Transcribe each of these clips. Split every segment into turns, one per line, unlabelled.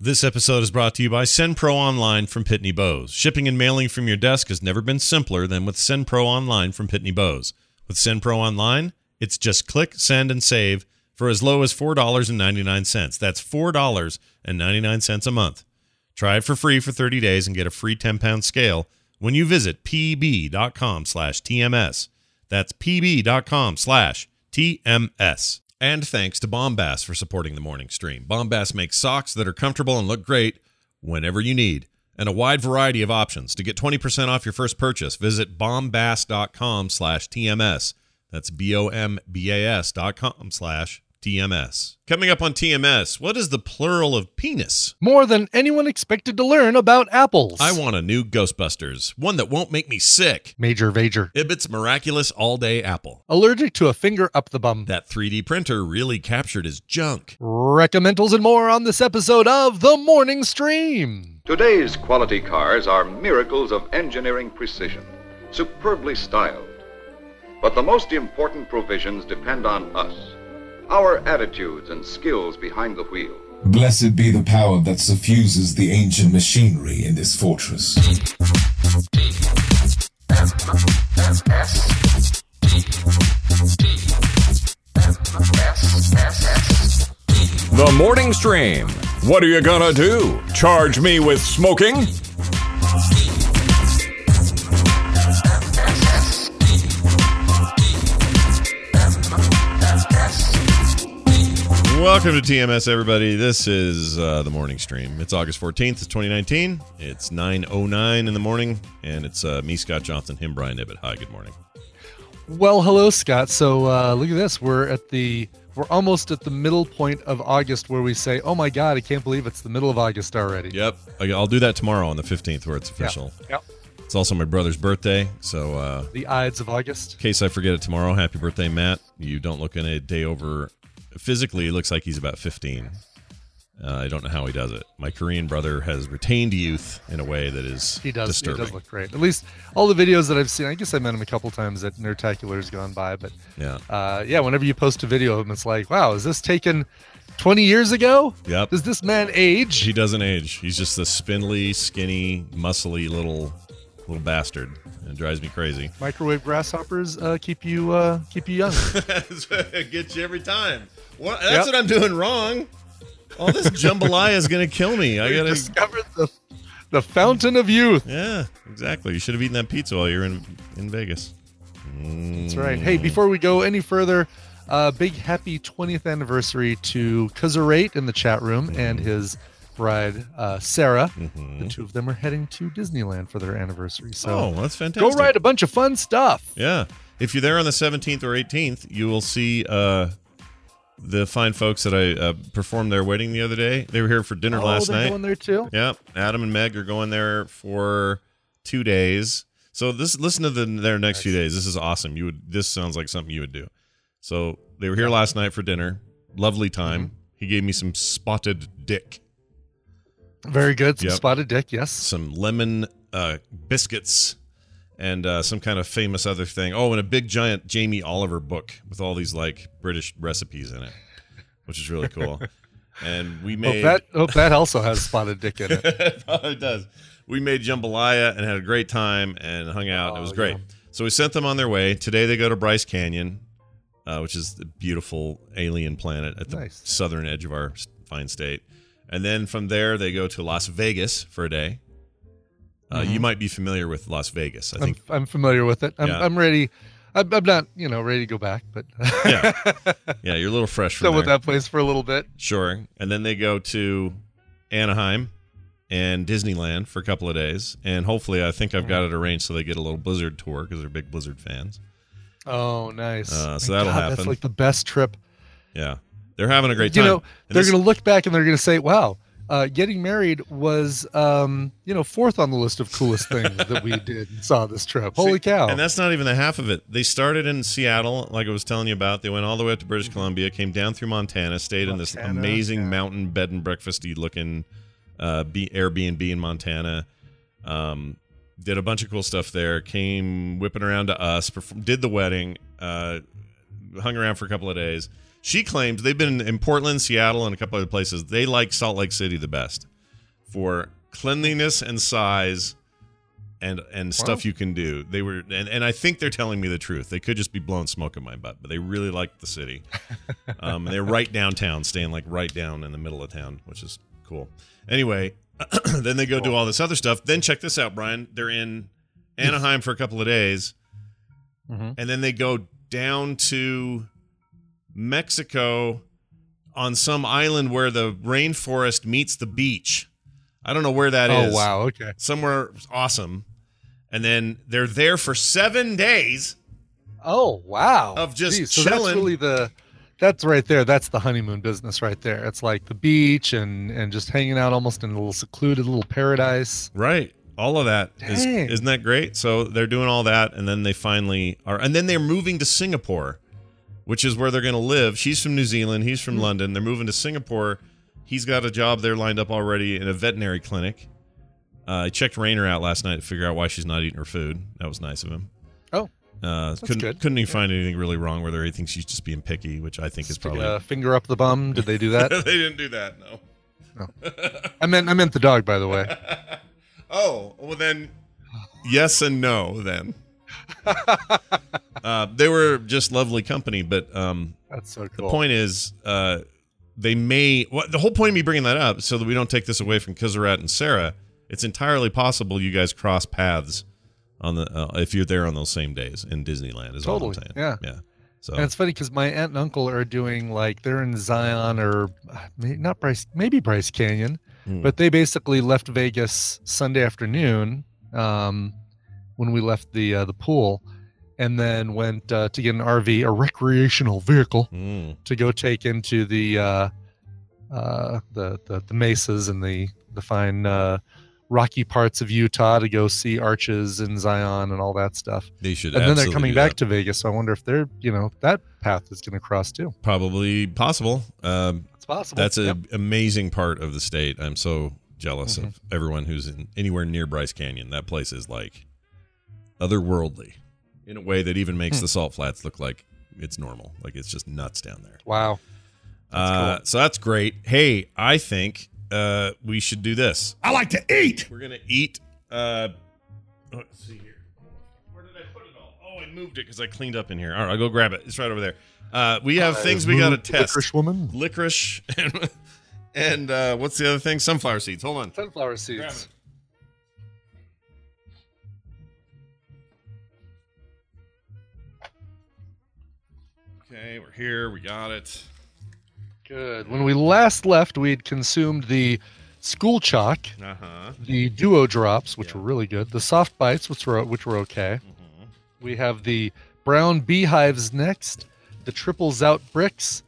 This episode is brought to you by SendPro Online from Pitney Bowes. Shipping and mailing from your desk has never been simpler than with SendPro Online from Pitney Bowes. With SendPro Online, it's just click, send, and save for as low as $4.99. That's $4.99 a month. Try it for free for 30 days and get a free 10-pound scale when you visit pb.com slash TMS. That's pb.com slash TMS. And thanks to Bombas for supporting the morning stream. Bombas makes socks that are comfortable and look great whenever you need, and a wide variety of options. To get 20% off your first purchase, visit bombas.com slash TMS. That's B-O-M-B-A-S dot com slash TMS. Coming up on TMS, what is the plural of penis?
More than anyone expected to learn about apples.
I want a new Ghostbusters, one that won't make me sick.
Major Vager.
Ibbot's miraculous all-day apple.
Allergic to a finger up the bum.
That 3D printer really captured his junk.
Recommendals and more on this episode of The Morning Stream.
Today's quality cars are miracles of engineering precision, superbly styled. But the most important provisions depend on us, our attitudes and skills behind the wheel.
Blessed be the power that suffuses the ancient machinery in this fortress.
The Morning Stream. What are you gonna do? Charge me with smoking?
Welcome to TMS, everybody. This is uh, the morning stream. It's August 14th, it's 2019. It's 9.09 in the morning, and it's uh, me, Scott Johnson, him, Brian Ibbett. Hi, good morning.
Well, hello, Scott. So uh, look at this. We're at the we're almost at the middle point of August where we say, "Oh my God, I can't believe it's the middle of August already."
Yep, I- I'll do that tomorrow on the 15th where it's official.
Yep.
It's also my brother's birthday, so uh, in
The Ides of August.
case I forget it tomorrow, happy birthday, Matt. You don't look in a day over. Physically, it looks like he's about 15. Uh, I don't know how he does it. My Korean brother has retained youth in a way that is
He does.
disturbing.
He does look great. At least all the videos that I've seen. I guess I met him a couple times at Nerdtacular's gone by, but
yeah.
uh, yeah, whenever you post a video of him, it's like, wow, is this taken 20 years ago?
Yep.
Does this man age?
He doesn't age. He's just this spindly, skinny, muscly little little bastard. And it drives me crazy.
Microwave grasshoppers uh, keep you uh, keep you young.
Gets you every time. What,
Yep.
that's what I'm doing wrong. All this jambalaya is gonna kill me. I
We
gotta.
discovered the the fountain of youth.
Yeah, exactly. You should have eaten that pizza while you're in in Vegas.
That's right.
Mm.
Hey, before we go any further, uh, big happy 20th anniversary to Kuzerate in the chat room
Mm-hmm.
and his bride uh, Sarah. The two of them are heading to Disneyland for their anniversary.
oh,
So
that's fantastic.
go write a bunch of fun stuff.
Yeah. If you're there on the 17th or 18th, you will see uh, the fine folks that I uh, performed their wedding the other day. They were here for dinner
Oh,
last
they're
night.
going there too.
Yep. Adam and Meg are going there for two days. So this listen to the, their next few days. This is awesome. You would this sounds like something you would do. So they were here last night for dinner. Lovely time.
Mm-hmm.
He gave me some spotted dick,
Very good. Some
Yep.
spotted dick. Yes.
some lemon uh, biscuits, and uh, some kind of famous other thing. Oh, and a big giant Jamie Oliver book with all these like British recipes in it, which is really cool. and we
Hope
made
that hope that also has spotted dick in it.
it probably does. We made jambalaya and had a great time and hung out. and it was
Oh,
great.
yum.
So we sent them on their way. Today they go to Bryce Canyon, uh, which is the beautiful alien planet at the
Nice.
southern edge of our s- fine state. And then from there they go to Las Vegas for a day. Uh, You might be familiar with Las Vegas. I
Mm-hmm. I'm,
think
I'm familiar with it. I'm,
Yeah.
I'm ready. I'm, I'm not, you know, ready to go back, but
Yeah. yeah, you're a little fresh from
still with
there.
that place for a little bit.
Sure. And then they go to Anaheim and Disneyland for a couple of days. And hopefully, I think I've got it arranged so they get a little Blizzard tour because they're big Blizzard fans.
Oh, nice.
Uh, so
My
that'll
That's
happen.
like the best trip.
Yeah. They're having a great
You
time.
know,
And
they're
this-
going to look back and they're going to say, "Wow, uh, getting married was, um, you know, fourth on the list of coolest things that we did and saw this trip. Holy cow!"
And that's not even the half of it. They started in Seattle, like I was telling you about. They went all the way up to British Columbia, came down through Montana, stayed in this
Mm-hmm. Montana,
amazing
yeah.
mountain bed and breakfasty looking uh, B- Airbnb in Montana. Um, did a bunch of cool stuff there. Came whipping around to us. Perform- did the wedding. Uh, hung around for a couple of days. She claims they've been in Portland, Seattle, and a couple other places. They like Salt Lake City the best. for cleanliness and size and and stuff you can do. They were and, and I think they're telling me the truth. They could just be blowing smoke in my butt, but they really liked the city. Um, and they're right downtown, staying like right down in the middle of town, which is cool. Anyway, then they go do all this other stuff. Then check this out, Brian. They're in Anaheim for a couple of days,
Mhm.
and then they go down to Mexico on some island where the rainforest meets the beach. I don't know where that
oh
is
wow, okay.
somewhere awesome. And then they're there for seven days.
Oh wow.
Of just
so that's
chilling.
really the that's right there. That's the honeymoon business right there. It's like the beach and and just hanging out almost in a little secluded little paradise.
Right. All of that is
Dang.
isn't that great? So they're doing all that and then they finally are and then they're moving to Singapore, which is where they're gonna live. She's from New Zealand, he's
Mm-hmm.
from London. They're moving to Singapore. He's got a job there lined up already in a veterinary clinic. Uh, I checked Rainer out last night to figure out why she's not eating her food. That was nice of him.
Oh,
Uh, couldn't
good.
couldn't even find anything really wrong with her. He thinks she's just being picky, which I think is
Stick
probably
a finger up the bum. Did they do that?
they didn't do that. No.
I meant I meant the dog, by the way.
Oh, well then, yes and no. Then uh, they were just lovely company, but um,
That's so
the
cool.
point is, uh, they may. Well, the whole point of me bringing that up, so that we don't take this away from Kizarat and Sarah, it's entirely possible you guys cross paths on the uh, if you're there on those same days in Disneyland. Is all I'm
Totally,
saying.
yeah.
yeah. So
And it's funny because my aunt and uncle are doing like they're in Zion or uh, may- not Bryce, maybe Bryce Canyon,
Hmm.
but they basically left Vegas Sunday afternoon um, when we left the uh, the pool, and then went uh, to get an RV, a recreational vehicle,
Mm,
to go take into the uh, uh, the, the the mesas and the the fine uh, rocky parts of Utah to go see arches and Zion and all that stuff
they should.
and then they're
absolutely uh,
coming
do that.
back to Vegas. So I wonder if they're, you know, that path is going to cross too.
Probably possible. Um,
It's possible.
That's an amazing part of the state. I'm so jealous of everyone who's in anywhere near Bryce Canyon. That place is like otherworldly in a way that even makes the salt flats look like it's normal. Like it's just nuts down there.
wow.
uh, So that's great. Hey, I think uh, we should do this.
I like to eat.
We're gonna eat. Uh, let's see here. Where did I put it all? Oh, I moved it because I cleaned up in here. All right, I'll go grab it. It's right over there. Uh, we have things we gotta test
Licorice woman.
licorice and, and uh, what's the other thing? Sunflower seeds. Hold on.
Sunflower seeds.
Okay, we're here. We got it.
Good. When we last left, we'd consumed the school chalk,
Uh huh.
the duo drops, which were really good, the soft bites, which were which were okay. We have the brown beehives next, the triple zout bricks,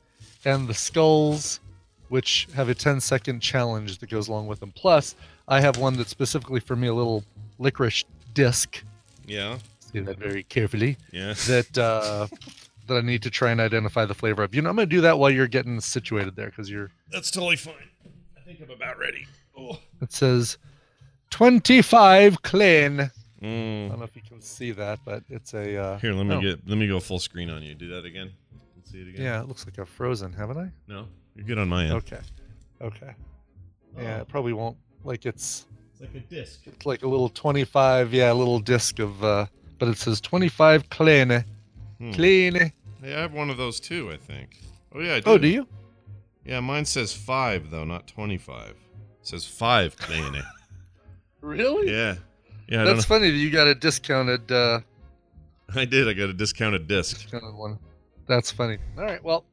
and the skulls, which have a 10 second challenge that goes along with them. Plus, I have one that's specifically for me a little licorice disc.
Yeah.
Say that very carefully.
Yeah.
That uh, that I need to try and identify the flavor of. You know, I'm going to do that while you're getting situated there because you're.
That's totally fine. I think I'm about ready. Oh.
It says 25 clean. I
Mm.
don't know if you can see that, but it's a. Uh,
Here, let me
oh,
get. Let me go full screen on you. Do that again. Let's see it again.
Yeah, it looks like I've frozen, haven't I?
No, you're good on my end.
Okay. Okay. Yeah, it probably won't. Like it's
It's like a disc.
it's like a little 25, yeah, a little disc of uh but it says 25 clean.
Hmm.
Clean.
Hey, I have one of those too. I think. Oh yeah. I do.
Oh, do you?
Yeah, mine says five though, not twenty-five. It says five clean.
Really?
yeah. Yeah. I
That's
don't
funny that you got a discounted uh
know. I did. I got a discounted disc.
discounted one. That's funny. All right, well,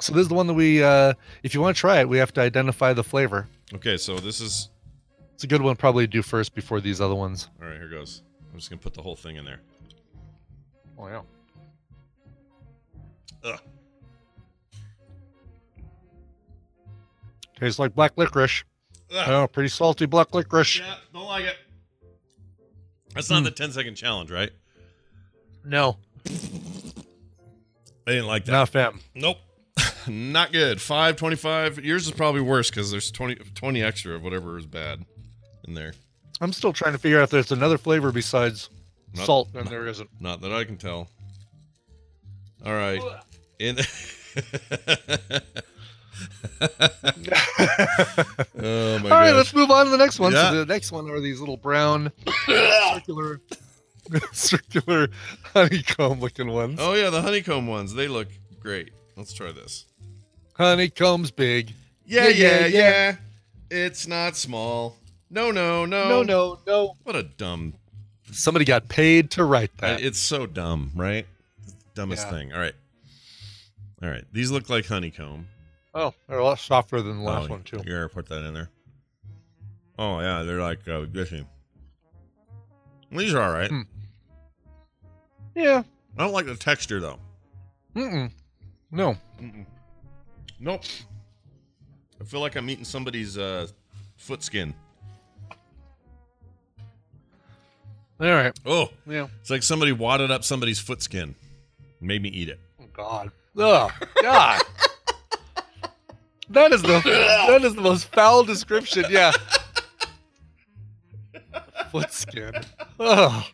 so this is the one that we uh if you want to try it, we have to identify the flavor.
Okay, so this is
It's a good one probably to do first before these other ones.
all right. Here goes. I'm just gonna put the whole thing in there.
Oh, yeah.
Ugh.
Tastes like black licorice.
Ugh.
Oh, pretty salty black licorice.
Yeah, don't like it. That's not the 10 second challenge, right?
No,
They didn't like that.
not fam.
Nope. not good. Five twenty-five. Yours is probably worse because there's 20, 20 extra of whatever is bad in there.
I'm still trying to figure out if there's another flavor besides
Not-
salt, and there isn't.
Not that I can tell. All right. In oh my
All right,
gosh.
let's move on to the next one.
Yeah.
So the next one are these little brown circular circular honeycomb looking ones.
Oh yeah, the honeycomb ones. They look great. Let's try this.
Honeycombs big.
Yeah, yeah,
Yeah, yeah,
yeah. It's not small. No, no, no.
No, no, no.
What a dumb.
Somebody got paid to write that.
It's so dumb, right? It's the dumbest
Yeah.
thing. All right. All right. These look like honeycomb.
oh, they're a lot softer than the last
Oh,
one too.
Here, put that in there. Oh yeah, they're like uh, gushy. These are all right.
Hmm. Yeah.
I don't like the texture though.
Mm-mm. No.
Nope. I feel like I'm eating somebody's uh, foot skin.
All right.
Oh,
Yeah.
it's like somebody wadded up somebody's foot skin, made me eat it.
Oh, God. Oh God. that is the that is the most foul description. Yeah. Foot skin. Oh,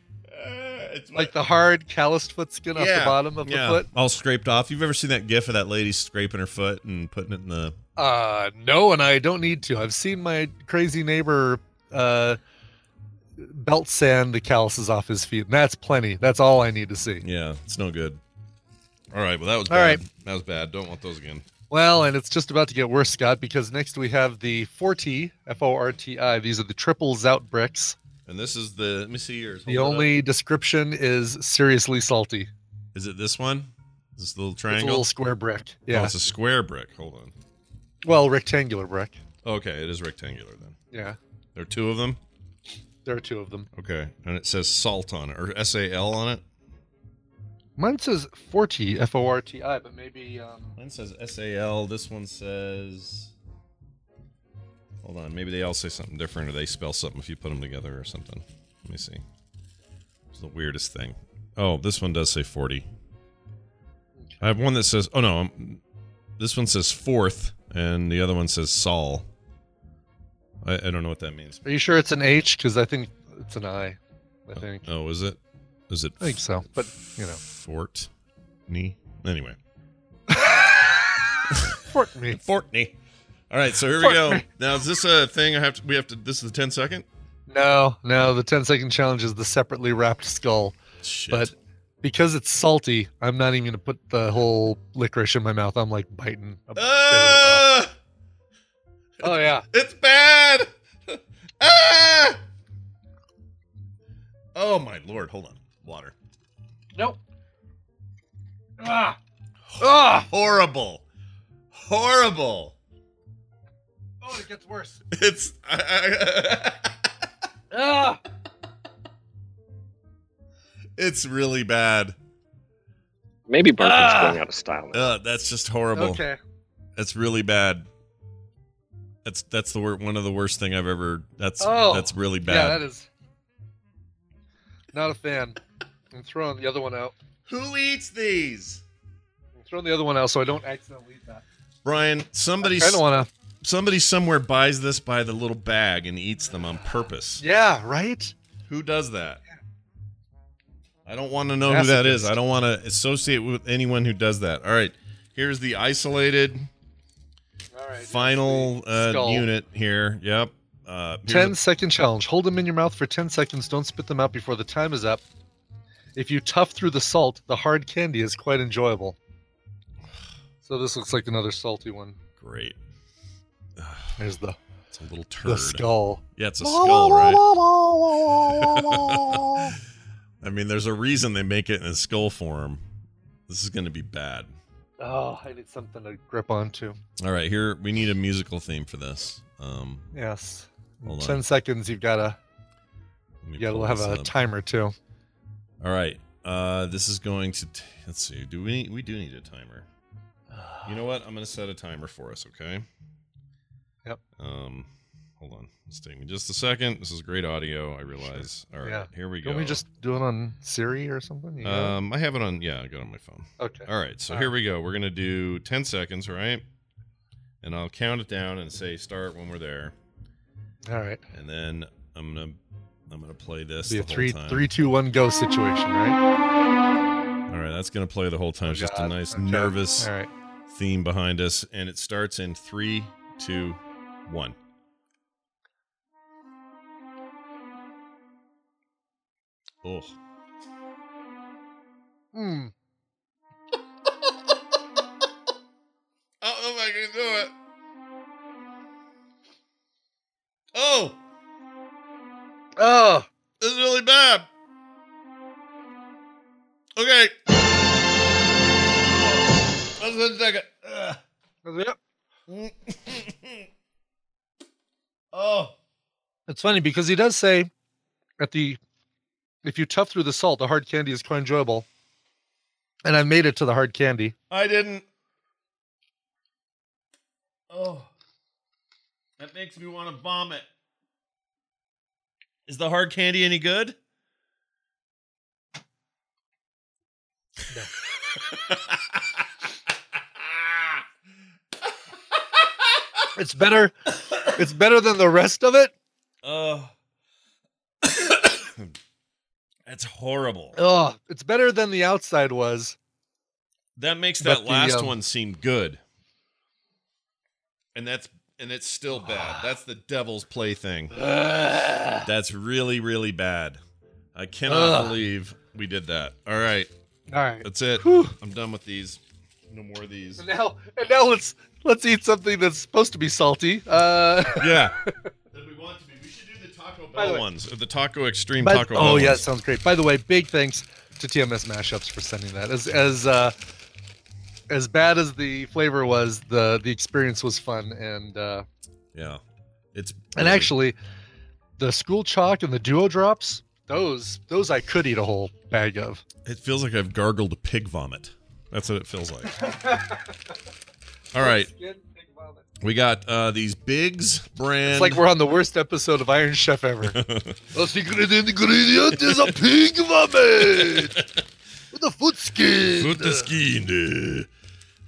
it's
like the hard calloused foot skin off the bottom of the foot.
all scraped off. You've ever seen that GIF of that lady scraping her foot and putting it in the?
Uh, no, and I don't need to. I've seen my crazy neighbor uh, belt sand the calluses off his feet, and that's plenty. That's all I need to see.
Yeah, it's no good. All right, well that was
All
bad.
right.
That was bad. Don't want those again.
Well, and it's just about to get worse, Scott, because next we have the 4T, F O R T I. These are the triple Zout bricks.
And this is the. Let me see yours.
The
Hold it up.
only description is seriously salty.
is it this one? This little
It's a
triangle.
little square brick.
Oh,
Yeah.
it's a square brick. Hold on.
Well, rectangular brick.
Okay, it is rectangular then.
Yeah.
There are two of them.
There are two of them.
Okay, and it says salt on it or S A L on it.
Mine says 4T, F O R T I, but maybe. Um,
Mine says S A L. This one says. Hold on, maybe they all say something different, or they spell something if you put them together or something. Let me see. It's the weirdest thing. Oh, this one does say forty. I have one that says. Oh no, I'm- this one says fourth, and the other one says Sol. I, I don't know what that means.
are you sure it's an H? Because I think it's an I. I think.
Oh, is it? Is it?
I think so. But, you know.
Fort. Knee. Anyway.
Fort me.
Fortney. All right, so here we go. Now is this a thing I have to? We have to. This is the 10 second.
No, no, the 10 second challenge is the separately wrapped skull.
Shit.
But because it's salty, I'm not even gonna put the whole licorice in my mouth. I'm like biting. a bit of it
Ah,
off. oh yeah,
it's bad. ah! Oh my lord! Hold on. Water.
nope. Ah, ah.
Horrible. Horrible.
Oh, it gets worse.
It's. I, I,
Ah.
it's really bad.
Maybe Birkin's
Ah!
going out of style. Now.
Uh, that's just horrible.
Okay.
That's really bad. That's that's the wor- one of the worst thing I've ever. That's
Oh.
that's really bad.
Yeah, that is. Not a fan. I'm throwing the other one out.
Who eats these?
I'm throwing the other one out so I don't accidentally eat that.
Brian, somebody,
I don't wanna.
somebody somewhere buys this by the little bag and eats them on purpose.
Yeah. Right.
Who does that? I don't want to know who
Masochist.
that is. I don't want to associate with anyone who does that. All right, here's the isolated
All right.
final uh,
Skull.
unit here. Yep. Uh, here's
10 second challenge. Hold them in your mouth for 10 seconds. Don't spit them out before the time is up. If you tough through the salt, the hard candy is quite enjoyable. So this looks like another salty one.
a- great.
There's the,
It's a little turd.
the skull.
Yeah, it's a skull, right? I mean, there's a reason they make it in a skull form. This is going to be bad.
Oh, I need something to grip onto.
All right, here we need a musical theme for this. Um,
Yes. In
Hold on.
10 seconds, you've got to
let me
you gotta
pull
have
this
a
up.
timer too.
All right. Uh, this is going to. T- let's see. Do we? We do need a timer. You know what? I'm going to set a timer for us. Okay.
Yep.
Um, hold on. Let's take me just a second. This is great audio. I realize. All right.
Yeah.
Here we go.
Can we just do it on Siri or something? You got
Um, I have it on. Yeah, I got it on my phone.
it? okay.
All right. So
All
here
right.
we go. We're gonna do 10 seconds. All right. And I'll count it down and say start when we're there,
All right.
and then I'm gonna I'm gonna play this.
Be a
the whole
three,
time.
three, two, one, go situation, right?
All right. That's gonna play the whole time. It's just a
God.
nice
Okay.
nervous.
All right.
theme behind us, and it starts in three, two, one. Oh,
Hmm.
I don't know if I can do it. Oh,
Oh,
this is really bad. Okay. That's one second. Ugh.
that's it.
oh.
It's funny because he does say at the if you tough through the salt, the hard candy is quite enjoyable. And I made it to the hard candy.
I didn't. Oh, that makes me want to vomit. Is the hard candy any good?
It's better. it's better than the rest of it.
Oh, that's horrible.
Oh, it's better than the outside was.
That makes
But
that
the,
last
um,
one seem good. And that's and it's still bad. That's the devil's plaything. That's really really bad. I cannot
Ugh.
believe we did that. All right,
All right.
that's it.
Whew.
I'm done with these. No more of these.
And now, and now let's let's eat something that's supposed to be salty. Uh,
Yeah. That we want to be. We should do the Taco
the
Bell
way-
ones, or the Taco Extreme
by-
Taco Bell.
oh yeah, it
ones.
sounds great. By the way, big thanks to TMS Mashups for sending that. As as uh, as bad as the flavor was, the the experience was fun and uh,
Yeah. It's
and actually, the school chalk and the duo drops those those I could eat a whole bag of.
It feels like I've gargled pig vomit. That's what it feels like. All right, we got uh, these Biggs brand.
It's like we're on the worst episode of Iron Chef ever. the secret ingredient is a pig vomit with a foot skin.
Put the skin there.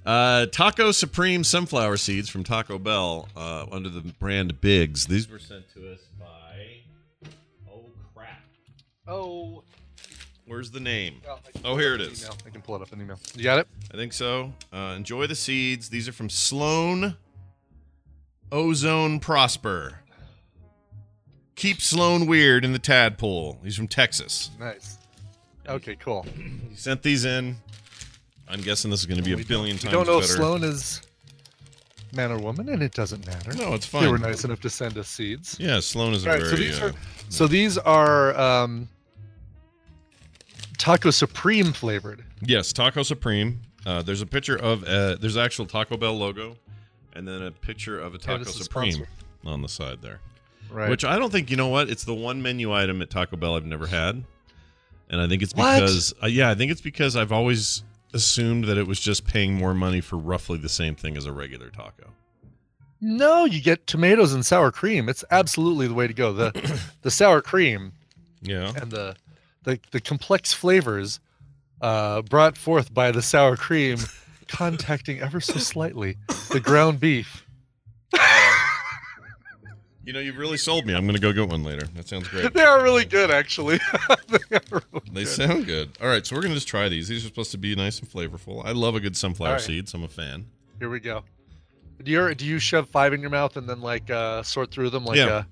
Uh, Taco Supreme sunflower seeds from Taco Bell uh, under the brand Biggs. These were sent to us by. Oh crap!
Oh,
Where's the name?
well, I can
Oh,
pull
here
up
it
an
is.
email. I can pull it up in email. You got it?
I think so. Uh, enjoy the seeds. These are from Sloan Ozone Prosper. Keep Sloan weird in the tadpole. He's from Texas.
Nice. Okay, cool.
He sent these in. I'm guessing this is going to be a billion
We
times
don't know if
better.
Sloan is man or woman, and it doesn't matter.
No, it's
They were
fine.
nice enough to send us seeds.
Yeah, Sloan is a
All right,
very.
so these
uh,
are so these are um, taco supreme flavored.
Yes, Taco Supreme. Uh, there's a picture of uh, there's an actual Taco Bell logo, and then a picture of a Taco
this is
Supreme
sponsor.
on the side there.
Right.
Which I don't think you know what it's the one menu item at Taco Bell I've never had, and I think it's
What?
because uh, yeah I think it's because I've always assumed that it was just paying more money for roughly the same thing as a regular taco.
No, you get tomatoes and sour cream. It's absolutely the way to go. The the sour cream
Yeah,
and the the, the complex flavors uh, brought forth by the sour cream contacting ever so slightly the ground beef.
you know you've really sold me. I'm gonna go get one later. That sounds great.
They are really good actually. they are really
They
good.
sound good. All right, so we're gonna just try these. These are supposed to be nice and flavorful. I love a good sunflower
All right.
seeds. I'm a fan.
Here we go. Do you do you shove five in your mouth and then like uh, sort through them like
Yeah. Uh-huh.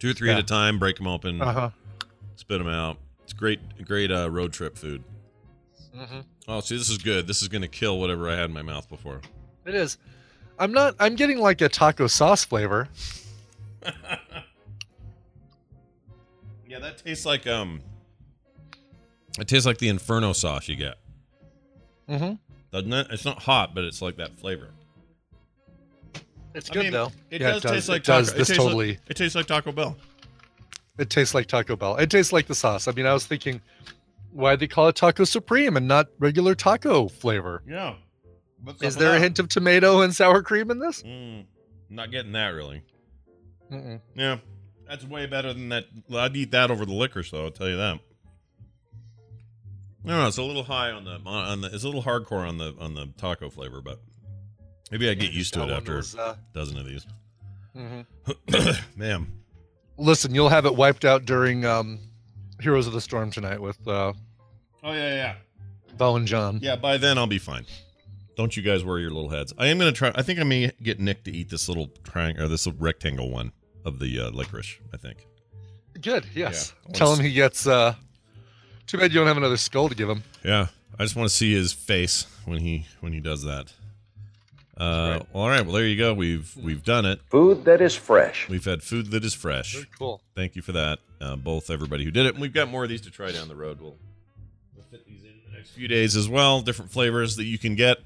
Two or three at
Yeah.
a time. Break them open.
uh huh
Spit them out. It's great, great uh, road trip food. Oh, see, this is good. This is gonna kill whatever I had in my mouth before.
It is. I'm not. I'm getting like a taco sauce flavor.
Yeah, that tastes like um. It tastes like the inferno sauce you get,
Mm-hmm.
doesn't it? It's not hot, but it's like that flavor.
It's
I
good
mean,
though.
It
Yeah,
does taste like
it does.
Taco,
This
it tastes
totally.
Like, it tastes like Taco Bell.
It tastes like Taco Bell. It tastes like the sauce. I mean, I was thinking, why they call it Taco Supreme and not regular taco flavor?
Yeah. What's
Is
up with
there a
that?
hint of tomato and sour cream in this?
Mm, not getting that really.
Mm-mm.
Yeah, that's way better than that. I'd eat that over the licorice, though. I'll tell you that. No, no, it's a little high on the on the. It's a little hardcore on the on the taco flavor, but maybe I get used to
That
it
one
after
was, uh,
a dozen of these.
mhm.
Ma'am.
Listen, you'll have it wiped out during um, Heroes of the Storm tonight with uh,
Oh yeah, yeah,
Bo and John.
yeah. By then I'll be fine. Don't you guys worry your little heads. I am gonna try. I think I may get Nick to eat this little triangle or this little rectangle one of the uh, licorice. I think.
Good. Yes.
Yeah.
Tell him he gets. uh Too bad you don't have another skull to give him.
Yeah, I just want to see his face when he when he does that. Uh, All right. Well, there you go. We've we've done it.
Food that is fresh.
We've had food that is fresh.
Very cool.
Thank you for that, uh, both everybody who did it. And we've got more of these to try down the road. We'll we'll fit these in the next few days as well. Different flavors that you can get.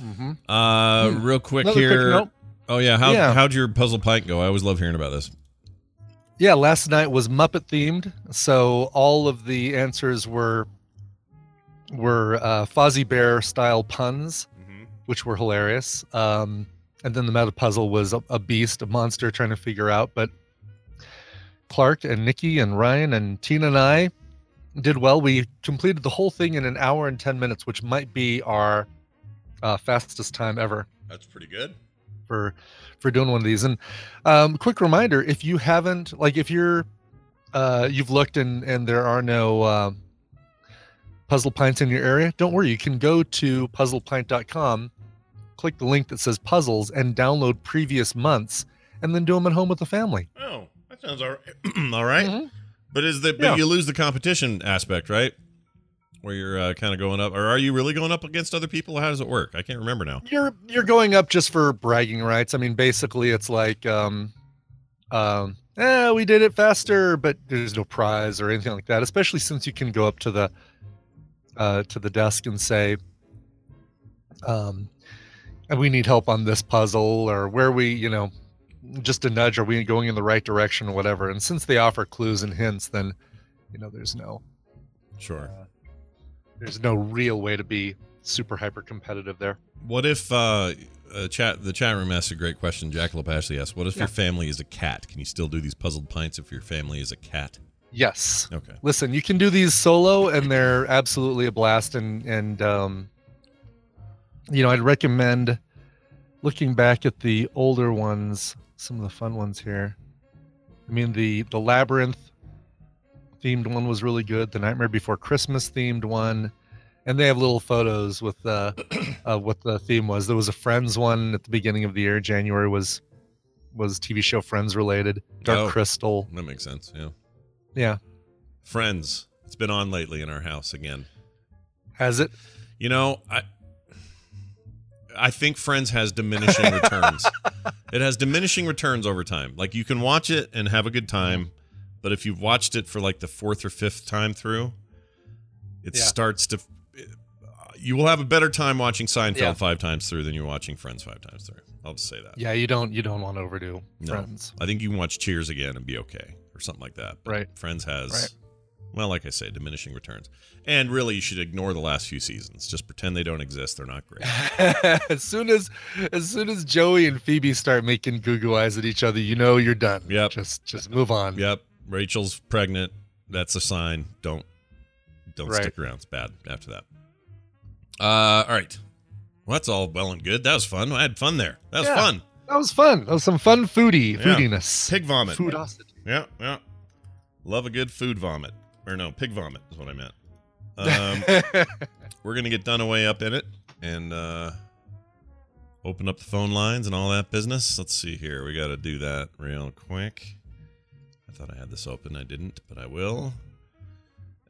Mhm.
Uh, real quick
Another quick
here.
note.
Oh yeah, how
Yeah.
how'd your puzzle pint go? I always love hearing about this.
Yeah, last night was Muppet themed, so all of the answers were were uh, Fozzie Bear style puns, which were hilarious. Um, and then the meta puzzle was a, a beast, a monster, trying to figure out. But Clark and Nikki and Ryan and Tina and I did well. We completed the whole thing in an hour and ten minutes, which might be our uh, fastest time ever
That's pretty good.
for for doing one of these and um quick reminder if you haven't like if you're uh you've looked and and there are no uh, puzzle pints in your area don't worry you can go to puzzlepint.com click the link that says puzzles and download previous months and then do them at home with the family
Oh, that sounds all right. all right.
Mhm.
But is the but
Yeah.
you lose the competition aspect, right? Where you're uh, kind of going up, or are you really going up against other people? How does it work? I can't remember now.
you're you're going up just for bragging rights i mean basically it's like um um eh, we did it faster but there's no prize or anything like that especially since you can go up to the uh to the desk and say um "And we need help on this puzzle or where we you know just a nudge are we going in the right direction or whatever and since they offer clues and hints then you know there's no
Sure.
there's no real way to be super hyper competitive there
What if uh, uh chat the chat room asked a great question? Jack Lapashley asked, "What if your family is a cat? Can you still do these puzzled pints if your family is a cat?"
yes
Okay.
listen you can do these solo and they're absolutely a blast and and um you know i'd recommend looking back at the older ones some of the fun ones here i mean the the labyrinth themed one was really good the nightmare before christmas themed one and they have little photos with uh, uh what the theme was there was a friends one at the beginning of the year january was was tv show friends related dark
Oh.
crystal
That makes sense. Yeah.
yeah
Friends, it's been on lately in our house again.
has it
You know, I I think Friends has diminishing returns. It has diminishing returns over time. Like you can watch it and have a good time, but if you've watched it for like the fourth or fifth time through, it
Yeah.
starts to you will have a better time watching Seinfeld
Yeah.
5 times through than you're watching Friends 5 times through. I'll just say that.
Yeah, you don't you don't want to overdo
No.
friends.
I think you can watch Cheers again and be okay or something like that. But
Right.
Friends has,
Right.
well, like I say, diminishing returns. And really, you should ignore the last few seasons. Just pretend they don't exist. They're not great.
as soon as as soon as Joey and Phoebe start making goo goo eyes at each other, you know you're done.
Yep.
Just just move on.
yep. Rachel's pregnant. That's a sign. Don't don't
Right.
stick around. It's bad after that. Uh, all right. Well, that's all well and good. That was fun. I had fun there. That was
Yeah.
fun.
That was fun. That was some fun foodie
Yeah.
foodiness.
Pig vomit.
Foodosity.
Yeah, yeah. Love a good food vomit. Or no, pig vomit is what I meant. Um, we're going to get Dunaway up in it and uh, open up the phone lines and all that business. Let's see here. We got to do that real quick. I thought I had this open. I didn't, but I will.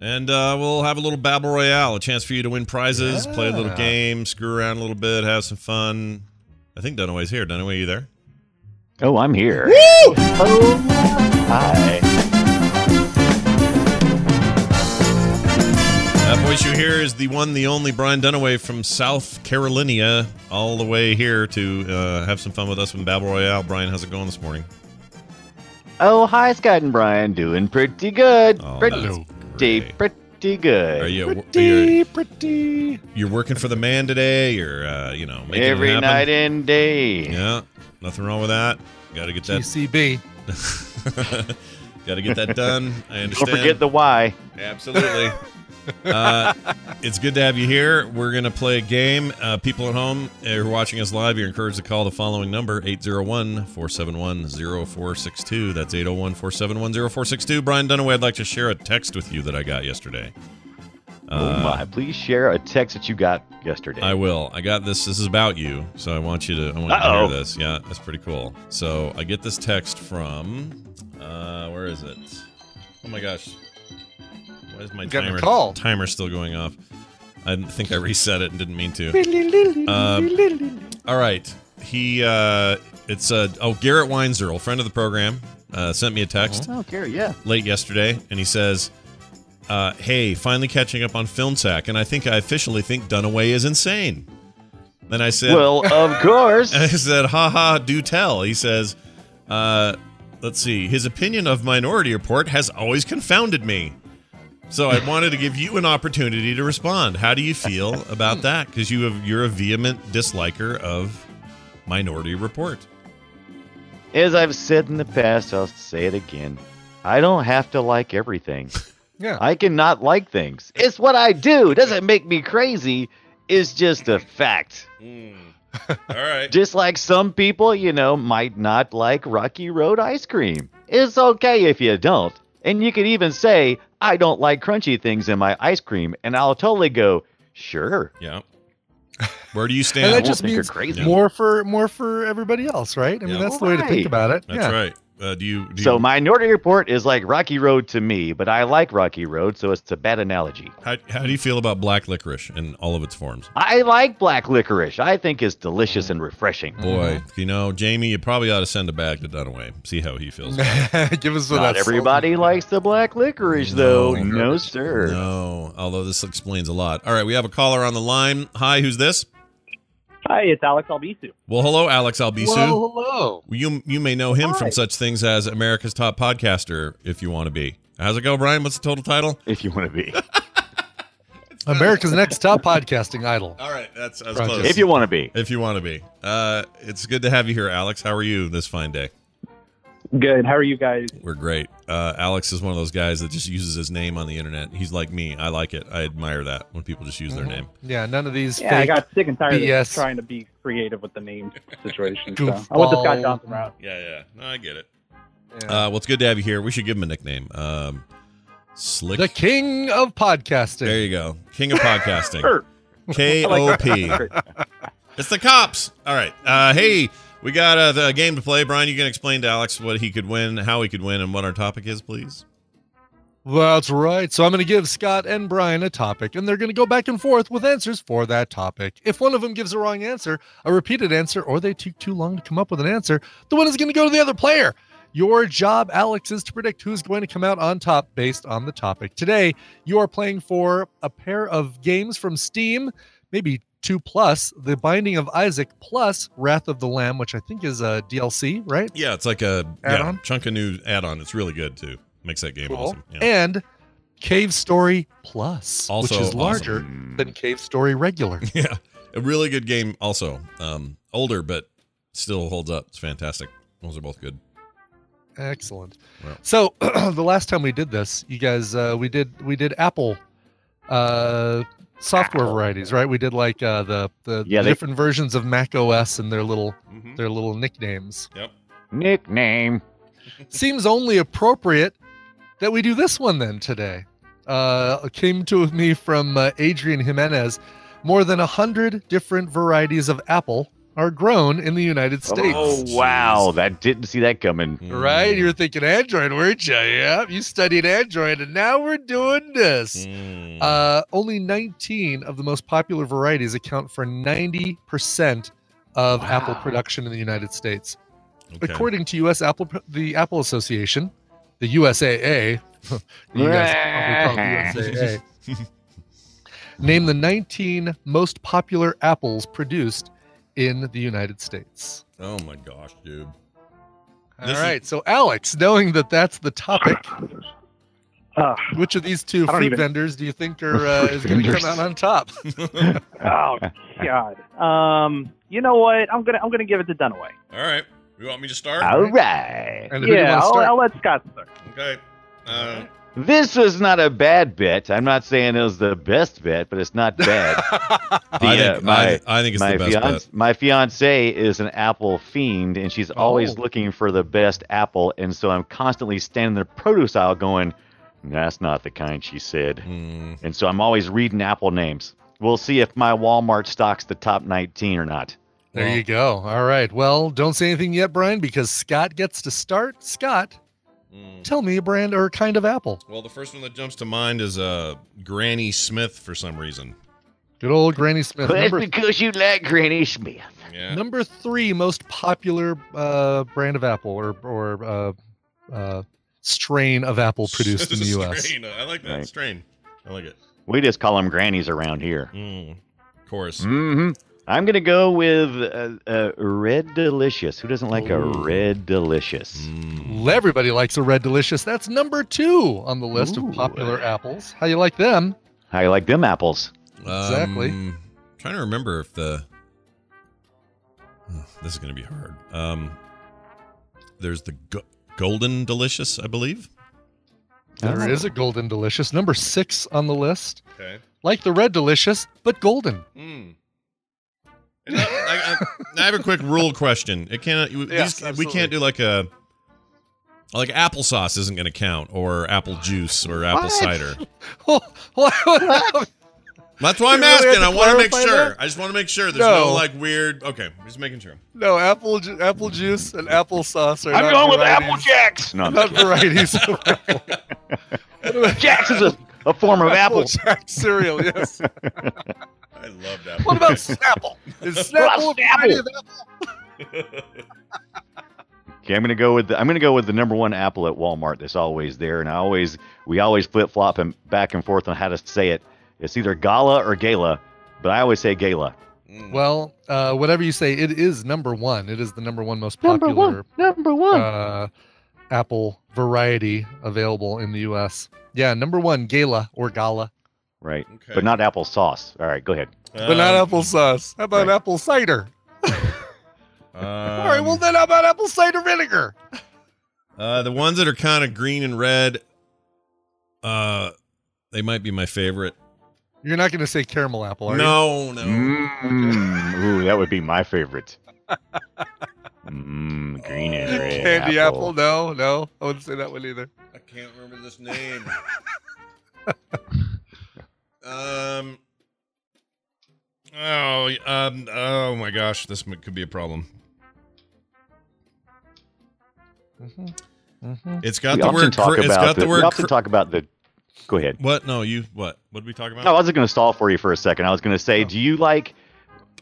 And uh, we'll have a little Babble Royale, a chance for you to win prizes, play a little
Yeah.
game, screw around a little bit, have some fun. I think Dunaway's here. Dunaway, you there?
Oh, I'm here.
That voice you hear is the one, the only Brian Dunaway from South Carolina, all the way here to uh, have some fun with us from Babel Royale. Brian, how's it going this morning?
Oh, hi, Scott and Brian. Doing pretty good.
Oh,
pretty,
that's great.
pretty good.
Are you, are you
Pretty, pretty.
you're working for the man today? You're uh, you know making
Every
it happen?
night and day.
Yeah, nothing wrong with that. Got to get
TCB.
that. Got to get that done. I
Don't
understand.
forget the why.
Absolutely. uh, it's good to have you here. We're going to play a game. Uh, people at home uh, who are watching us live, you're encouraged to call the following number 801 471 0462. That's 801 471 0462. Brian Dunaway, I'd like to share a text with you that I got yesterday. Uh, Uh,
oh my! Please share a text that you got yesterday.
I will. I got this. This is about you, so I want you to. I want you
Uh-oh.
to hear this. Yeah, that's pretty cool. So I get this text from. Uh, where is it? Oh my gosh! Why is my
You got a
timer
call.
timer still going off? I didn't think I reset it and didn't mean to. Uh, all right. He. Uh, it's uh, oh Garrett Weinzerl, friend of the program, uh, sent me a text
oh, Gary, yeah.
late yesterday, and he says, uh, "Hey, finally catching up on film sack, and I think I officially think Dunaway is insane." Then I said,
Well, of course.
I said, "Ha ha, do tell." He says, uh, "Let's see. His opinion of Minority Report has always confounded me." So I wanted to give you an opportunity to respond. How do you feel about that? Because you have you're a vehement disliker of Minority Report.
As I've said in the past, I'll say it again. I don't have to like everything.
Yeah.
I can not like things. It's what I do. It doesn't make me crazy. It's just a fact.
All right.
Just like some people, you know, might not like Rocky Road ice cream. It's okay if you don't. And you could even say, I don't like crunchy things in my ice cream. And I'll totally go, sure.
Yeah. Where do you
and
stand?
that
won't
just
think you're
means
crazy.
more for more for everybody else, right? I mean,
Yeah.
that's the way to think
Right.
about it.
That's
yeah.
right. Uh, do you? Do
So
you,
Minority Report is like Rocky Road to me, but I like Rocky Road, so it's a bad analogy.
How, how do you feel about black licorice in all of its forms?
I like black licorice. I think it's delicious and refreshing.
Boy, you know, Jamie, you probably ought to send a bag to Dunaway. See how he feels. about
Give us
Not
that.
everybody likes the black licorice, though.
No.
No,
it.
sir.
No, although this explains a lot. All right, we have a caller on the line. Hi, who's this?
Hi, it's Alex Albisu.
Well, hello, Alex Albisu.
Well, hello.
You you may know him
Hi.
from such things as America's Top Podcaster, if you want to be. How's it go, Brian? What's the total title?
If you want to be.
America's next top podcasting idol.
All right, that's as
Project.
close.
if you want to be.
if you want to be. Uh, it's good to have you here, Alex. How are you this fine day?
Good. How are you guys?
We're great. Uh, Alex is one of those guys that just uses his name on the internet. He's like me. I like it. I admire that when people just use their
Mhm.
Mm-hmm.
name.
Yeah, none of these
Yeah, I
fake.
got sick and tired
BS.
of trying to be creative with the name situation. So.
Goofball.
I went the Scott Johnson route.
Yeah, yeah. No, I get it.
Yeah.
Uh, well, it's good to have you here. We should give him a nickname. Um, Slick.
the king of
there
podcasting.
you go. King of podcasting.
Sure.
K
I
O
like
P. It's the cops. All right. Uh, hey, we got uh, the game to play. Brian, you can explain to Alex what he could win, how he could win, and what our topic is, please.
That's right. So I'm going to give Scott and Brian a topic, and they're going to go back and forth with answers for that topic. If one of them gives a wrong answer, a repeated answer, or they take too long to come up with an answer, the one is going to go to the other player. Your job, Alex, is to predict who's going to come out on top based on the topic. Today, you are playing for a pair of games from Steam, maybe two plus The Binding of Isaac plus Wrath of the Lamb, which I think is a DLC, right?
Yeah, it's like a yeah,
Add-on?
chunk of new add on. It's really good, too. Makes that game
Cool.
awesome. Yeah.
and Cave Story Plus,
Also
which is
awesome.
larger than Cave Story Regular.
yeah. A really good game, also. Um, older, but still holds up. It's fantastic. Those are both good.
Excellent.
Wow.
So the last time we did this, you guys, uh, we did we did Apple uh, software varieties, right? We did like uh, the the
Yeah,
the
they-
different versions of Mac OS and their little
Mm-hmm.
their little nicknames.
Nickname.
Seems only appropriate that we do this one then today. Uh, came to me from uh, Adrian Jimenez. More than a hundred different varieties of apple are grown in the United States.
Oh, wow. That didn't see that coming.
Oh. Mm,
Right? You're thinking Android, weren't you? Yeah, you studied Android, and now we're doing this.
Mm.
Uh, only 19 of the most popular varieties account for 90% of apple production in the United States.
Okay.
According to U.S. Apple, the Apple Association, the USAA, you guys probably call it the USAA, name the 19 most popular apples produced in the United States.
Oh my gosh, dude.
All right,
This is-
So, Alex, knowing that that's the topic,
Uh,
which of these two
I don't
fruit
even-
vendors do you think are uh, is going to come out
vendors.
on top?
oh God. Um, you know what? I'm gonna I'm gonna give it to Dunaway.
All right. You want me to start?
All right.
And who do you
Yeah,
wanna
I'll,
start?
I'll let Scott start.
Ah.
Okay. Uh,
This was not a bad bet. I'm not saying it was the best bet, but it's not bad. The,
I,
uh,
think,
my,
I, I think it's
my,
the best
fiance, my fiance is an apple fiend, and she's always
Oh.
looking for the best apple. And so I'm constantly standing in the produce aisle going, That's not the kind she said.
Mm,
And so I'm always reading Apple names. We'll see if my Walmart stocks the top 19 or not.
There you go. All right. Well, don't say anything yet, Brian, because Scott gets to start. Scott,
mm.
tell me a brand or kind of apple.
Well, the first one that jumps to mind is uh, Granny Smith for some reason.
Good old Granny Smith. Number,
because you like Granny Smith.
Yeah.
number three most popular uh, brand of apple or, or uh, uh, strain of apple produced in the U.S.
Strain. I like that
Right.
strain. I like it.
We just call them grannies around here.
Mm. Of course.
hmm I'm going to go with uh, uh, Red Delicious. Who doesn't like a
Ooh.
Red Delicious?
Mm.
Well, Everybody likes a Red Delicious. That's number two on the list
Ooh.
of popular apples. How you like them?
How you like them apples?
Exactly.
Um, trying to remember if the Ugh, this is going to be hard. Um, there's the go- golden delicious, I believe.
Ah.
There is a Golden Delicious, number six on the list.
Okay.
Like the Red Delicious, but golden.
Mm. And I, I, I, I have a quick rule question. It cannot. You,
Yes,
these, we can't
absolutely.
do like a like applesauce isn't going to count, or apple juice, or apple
What?
cider.
What?
That's why I'm
You really had
asking.
to
I want to make
clarify
sure.
that?
I just want to make sure there's no.
No.
like weird. Okay, just making sure.
No, apple ju- apple juice and apple sauce are. not varieties-
Jacks. No, I'm
Not
just
varieties. of apple. What about
kidding. Jacks is a, a form of apple.
Jack cereal? Yes.
I love that.
What about Snapple? Is Snapple a
about Snapple?
variety of apple?
Okay, I'm gonna go with the, I'm gonna go with the number one apple at Walmart that's always there, and I always we always flip flop and back and forth on how to say it. It's either gala or gala, but I always say gala.
Mm.
Well, uh, whatever you say, it is number one. It is the number one most popular
number
uh, apple variety available in the U.S. Yeah, number one, Gala or Gala,
right?
Okay. Um,
But not apple sauce. All right, go ahead.
but not applesauce. How about
right.
apple cider? All right, well then, how about apple cider vinegar?
Uh, the ones that are kind of green and red, uh, they might be my favorite.
You're not going to say caramel apple, are you?
No, no.
Mm, ooh, that would be my favorite. Mm, green and red.
Candy apple. No, no, I wouldn't say that one either.
I can't remember this name. um. Oh, um, oh my gosh, this m- could be a problem. It's got
Mm-hmm. We
the
often
word.
talk
cr- it's
about
got
the,
the
we
word.
often
cr-
talk about the. Go ahead.
what? No, you. What? What did we talk about?
No, I wasn't going to stall for you for a second. I was going to say, do you like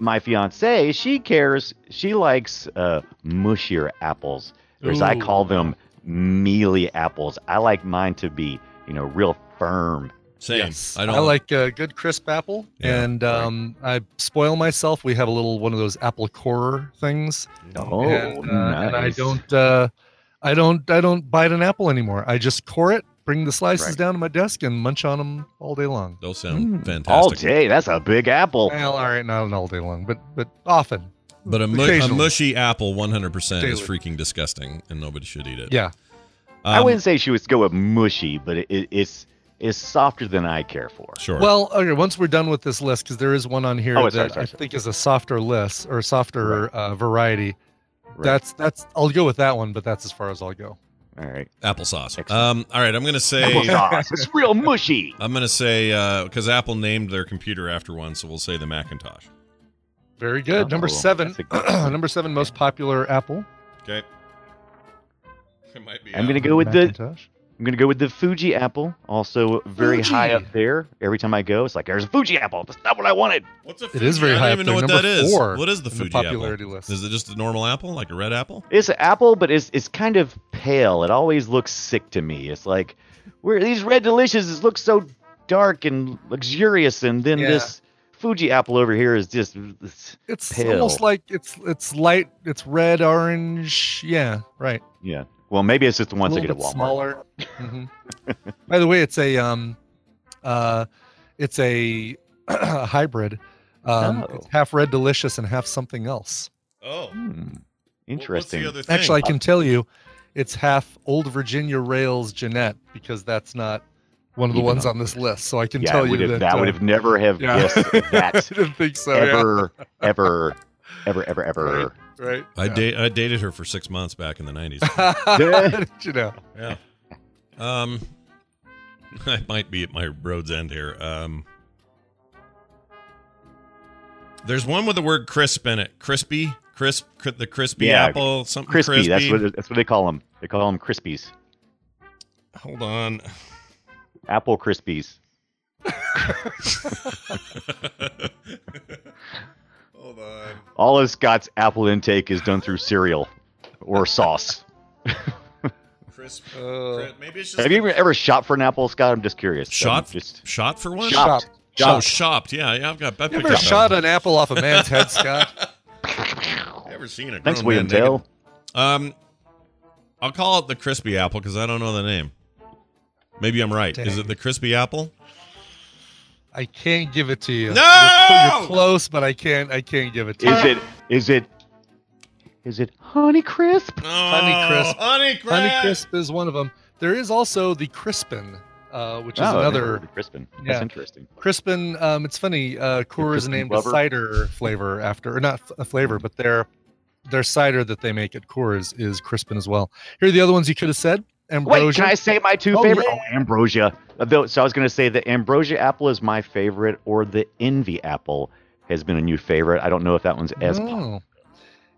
my fiance? She cares. She likes uh, mushier apples, or as I
Ooh.
call them, mealy apples. I like mine to be, you know, real firm.
Same.
Yes.
I don't.
like a good crisp apple,
Yeah,
and um, I spoil myself. We have a little one of those apple corer things,
Oh,
and, uh,
nice.
and I don't, uh, I don't, I don't bite an apple anymore. I just core it, bring the slices
Right.
down to my desk, and munch on them all day long.
Those sound fantastic.
Mm. All day. That's a big apple.
Well, all right, not all day long, but but often.
But a, mu- a
Occasionally.
mushy apple, 100% is
Daily.
freaking disgusting, and nobody should eat it.
Yeah.
I
Um,
wouldn't say she would go with mushy, but it, it, it's it's softer than I care for.
Sure.
Well, okay. Once we're done with this list, because there is one on here
Oh,
that
sorry, sorry,
I
sorry.
think is a softer list or softer uh, variety. That's that's. I'll go with that one, but that's as far as I'll go.
All right.
Applesauce.
Excellent.
Um, all right, I'm going to say.
Applesauce. it's real mushy.
I'm going to say, because Apple named their computer after one, so we'll say the Macintosh.
Very good. number
Oh,
seven.
that's a good one.
number seven most popular apple.
Okay. It might be.
I'm gonna
Apple.
go with the
Macintosh.
I'm gonna go with the Fuji apple, also very
Fuji.
high up there. Every time I go, it's like there's a Fuji apple. That's not what I wanted.
What's a
It is very
I don't
high
even
up
know what
there.
that
Number
is.
four
What is the
in the
Fuji
popularity
apple?
list.
Is it just a normal apple, like a red apple?
It's an apple, but it's it's kind of pale. It always looks sick to me. It's like where these red delicious look so dark and luxurious, and then
Yeah.
this Fuji apple over here is just it's-
It's
Pale.
almost like it's it's light. It's red, orange. Yeah, right.
yeah. Well, maybe it's just the
a
ones that get
little
at
bit
Walmart.
smaller. Mhm. By the way, it's a um, uh, it's a hybrid. Um,
Oh.
It's half red delicious and half something else.
Oh. Well,
Hmm.
What's
Interesting.
the other thing?
Actually, I can tell you, it's half Old Virginia Rails Jeanette because that's not one of the
Even
ones
though-
on this list. So I can
yeah,
tell
would
you
have,
that
that
uh,
would have never have
yeah.
guessed that
I didn't think so. yeah.
ever, ever, ever, ever, ever.
Right.
I,
yeah.
da- I dated her for six months back in the 90s.
How did you know?
yeah. Um, I might be at my road's end here. Um, there's one with the word crisp in it. Crispy, crisp, cri- the crispy
Yeah,
apple, something
Crispy,
crispy.
That's what that's what they call them. They call them crispies.
Hold on.
Apple crispies.
Hold on.
All of Scott's apple intake is done through cereal or sauce.
Crisp.
Uh,
cri- maybe it's just
Have you ever, ever shot for an apple, Scott? I'm just curious.
shot?
I'm just
shot for one?
Shot. Shopped.
Shop.
Oh,
Shot.
shopped. Yeah, yeah. I've got. I
You
picked
ever
up-
shot an apple off a man's head, Scott?
Never seen a
Thanks,
grown
William
Oh, man naked.
Dale.
Um, I'll call it the crispy apple because I don't know the name. Maybe I'm right. Is
Dang.
it the crispy apple?
I can't give it to you.
No!
You're, you're close, but I can't. I can't give it to
Is
you.
it? Is it? Is it Honey Crisp?
Oh,
Honeycrisp.
Honey crisp.
Honey crisp is one of them. There is also the Crispin, uh, which is
Oh,
another
Crispin. That's
Yeah.
interesting.
Crispin. Um, it's funny. Uh, Coors
Crispin
named
Glover?
a cider flavor after, or not f- a flavor, but their their cider that they make at Coors is Crispin as well. Here are the other ones you could have said. Ambrosia.
Wait, can I say my two
Oh,
favorite?
yeah.
Oh, ambrosia. Uh, Though, so I was going to say the ambrosia apple is my favorite, or the envy apple has been a new favorite. I don't know if that one's as popular.
Oh.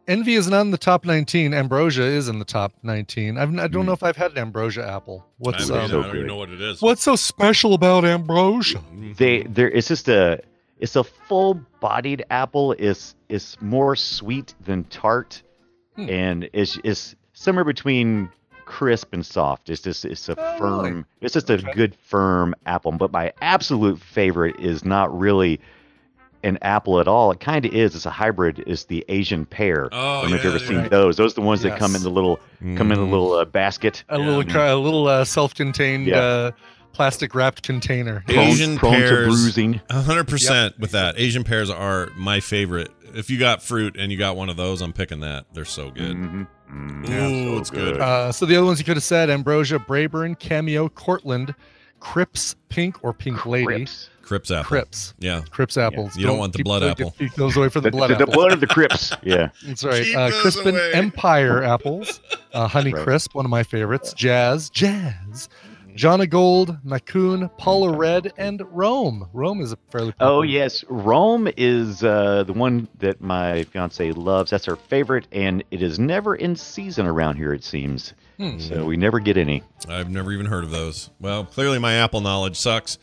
Envy is not in the top 19. Ambrosia is in the top 19. I've, I
Hmm.
don't know if I've had an ambrosia apple.
I
What's
don't,
um,
know, I
so
don't even
good.
know what it is.
what's so special about ambrosia?
They there it's just a it's a full bodied apple. It's it's more sweet than tart,
Hmm.
and it's it's somewhere between crisp and soft. It's just it's a
Oh,
firm.
really?
It's just a
Okay.
good firm apple. But my absolute favorite is not really an apple at all. It kind of is. It's a hybrid. It's the Asian pear.
Oh,
I don't know if you've
yeah,
ever seen
right.
those. Those are the ones that come in
Yes.
the little come in the little uh, basket.
A little, cr- a little uh, self-contained
Yeah.
uh, plastic wrapped container.
Yeah. Asian
prone, prone to
pears.
bruising.
hundred percent with that. Asian pears are my favorite. If you got fruit and you got one of those, I'm picking that. They're so good.
Mhm. Mm,
Ooh,
so
it's good.
Uh, so the other ones you could have said: ambrosia, Braeburn, cameo, Cortland, Crips, pink or pink lady,
Crips.
Crips apple.
Crips,
Yeah.
Crips apples.
You don't want the
keep-
blood
don't
apple.
Get, keep those away from the,
The,
blood
the, the
apple.
blood of the Crips. Yeah.
That's right.
Keep
Uh,
those
Crispin
away.
Empire apples, uh, Honey
Right.
Crisp, one of my favorites. Jazz, Jazz, Jonna Gold, Macoon, Paula Red, and Rome. Rome is a fairly popular.
Oh yes, Rome is uh, the one that my fiance loves. That's her favorite, and it is never in season around here. It seems
Hmm.
so we never get any.
I've never even heard of those. Well, clearly my apple knowledge sucks.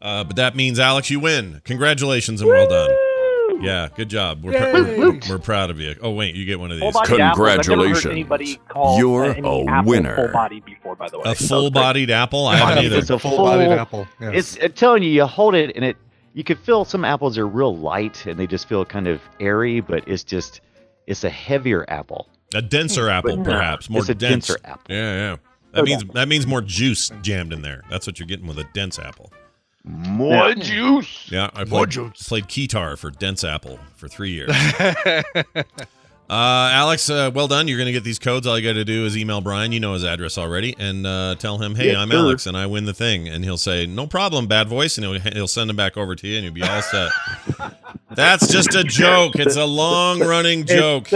Uh, but that means Alex, you win. Congratulations and well done. Yeah, good job. We're, pr-
Yay.
we're, we're proud of you. Oh wait, you get one of
Full
these.
body apples. I've never
Congratulations.
heard anybody call
You're
uh, any
a
apple
winner.
Full body before, by the way.
A full-bodied apple? I
God,
haven't
it's
either.
a
Full-bodied
full-
apple. yeah.
It's I'm telling you, you hold it, and it you can feel some apples are real light, and they just feel kind of airy, but it's just it's a heavier apple.
A denser apple,
But-
perhaps more
it's a
dense.
denser apple. Oh,
Yeah, yeah. That means that means more juice jammed in there. That's what you're getting with a dense apple.
More juice.
Yeah, I
More
played,
juice.
played guitar for dense apple for three years. uh, Alex, uh, well done. You're going to get these codes. All you got to do is email Brian. You know his address already, and uh, tell him, "Hey,
Yes,
I'm
sir.
Alex, and I win the thing." And he'll say, "No problem, bad voice," and he'll he'll send them back over to you, and you'll be all set. That's just a joke. It's a long running joke.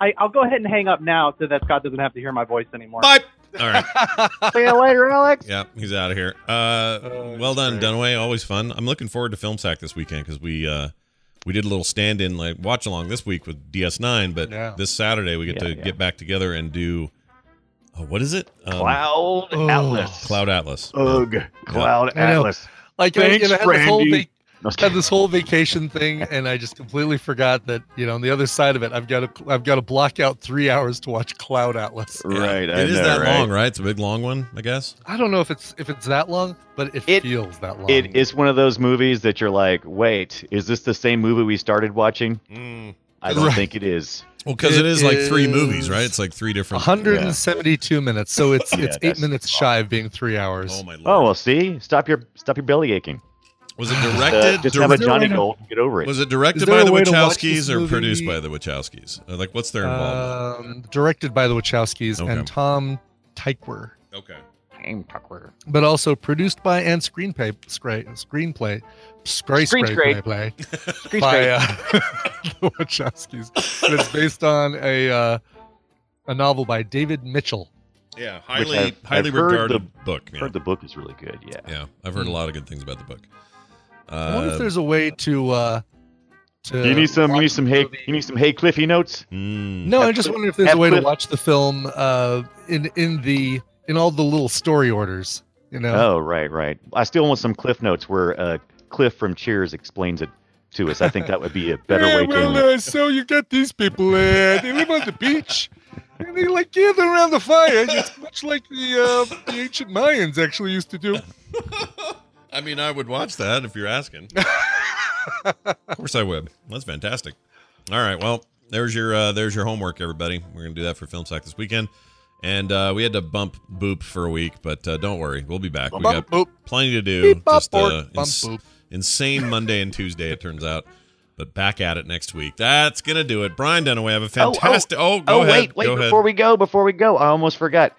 I, I'll go ahead and hang up now so that Scott doesn't have to hear my voice anymore.
Bye. All right.
See you later, Alex.
Yep, he's out of here. Uh, well done, Dunaway. Always fun. I'm looking forward to Film Sack this weekend because we uh, we did a little stand-in like watch along this week with DS9, but
Yeah.
this Saturday we get
Yeah,
to
yeah.
get back together and do uh, what is it? Um,
Cloud
Oh,
Atlas.
Cloud Atlas.
Ugh. Cloud
I know.
Atlas.
like you know,
Thanks,
and I had this whole
Randy.
vac-
No, I'm just
had
kidding.
this whole vacation thing, and I just completely forgot that you know on the other side of it, I've got to I've got to block out three hours to watch Cloud Atlas.
Right.
It
I
is
know,
that
right?
long, right? It's a big long one, I guess.
I don't know if it's if it's that long, but it,
It-
feels that long.
It is one of those movies that you're like, wait, is this the same movie we started watching? I don't
Right.
think it is.
Well, because
It
it is like three
is-
movies, right? It's like three different.
172 minutes, so it's
Yeah,
it's eight
that's-
minutes shy of being three hours.
Oh my lord!
Oh well, see, stop your stop your belly aching.
was it
Uh,
directed?
just
dir-
have a
Is there a way
Johnny
to-
Gold, and get over it.
was it directed
Is there
by
a
the
way to watch this
Wachowskis or
movie?
produced by the Wachowskis? Uh, Like, what's their involvement?
um, directed by the Wachowskis
Okay.
and Tom Tykwer,
okay.
but also produced by and screenplay scri- screenplay scry,
Screen
scry,
scrape.
play, play
Screen
by
scrape.
uh, the Wachowskis. And it's based on a uh, a novel by David Mitchell.
Yeah,
which
highly
I've-
highly
I've heard
regarded
the-
book. Yeah.
Heard the book is really good. Yeah.
yeah, I've heard a lot of good things about the book. Uh,
Hmm. I wonder if there's a way to. uh to
Um, you need some. You
watch
need some.
the
Hey,
movie-
you need some. Hey, Cliffy notes.
mm,
No, I
Have
just
Cliff-
wonder if there's
have
a way to
Cliff-
watch the film uh, in in the in all the little story orders. You know,
Oh, right, right. I still want some Cliff notes where uh, Cliff from Cheers explains it to us. I think that would be a better way to.
uh, so you got these people. Uh, they live on the beach, and they like gather around the fire. It's much like the uh, the ancient Mayans actually used to do.
I mean, I would watch that if you're asking. of course, I would. That's fantastic. All right, well, there's your uh, there's your homework, everybody. We're gonna do that for film sack this weekend, and uh, we had to bump boop for a week, but uh, don't worry, we'll be back. We got
Bump, boop,
plenty to do.
beep, bop,
Just uh,
bork, bump,
ins-
boop.
insane Monday and Tuesday, it turns out. But back at it next week. That's gonna do it. Brian Dunaway, have a
Oh, oh,
fantastic. Oh, go
Oh,
ahead.
wait, wait.
go ahead.
before we go, before we go, I almost forgot.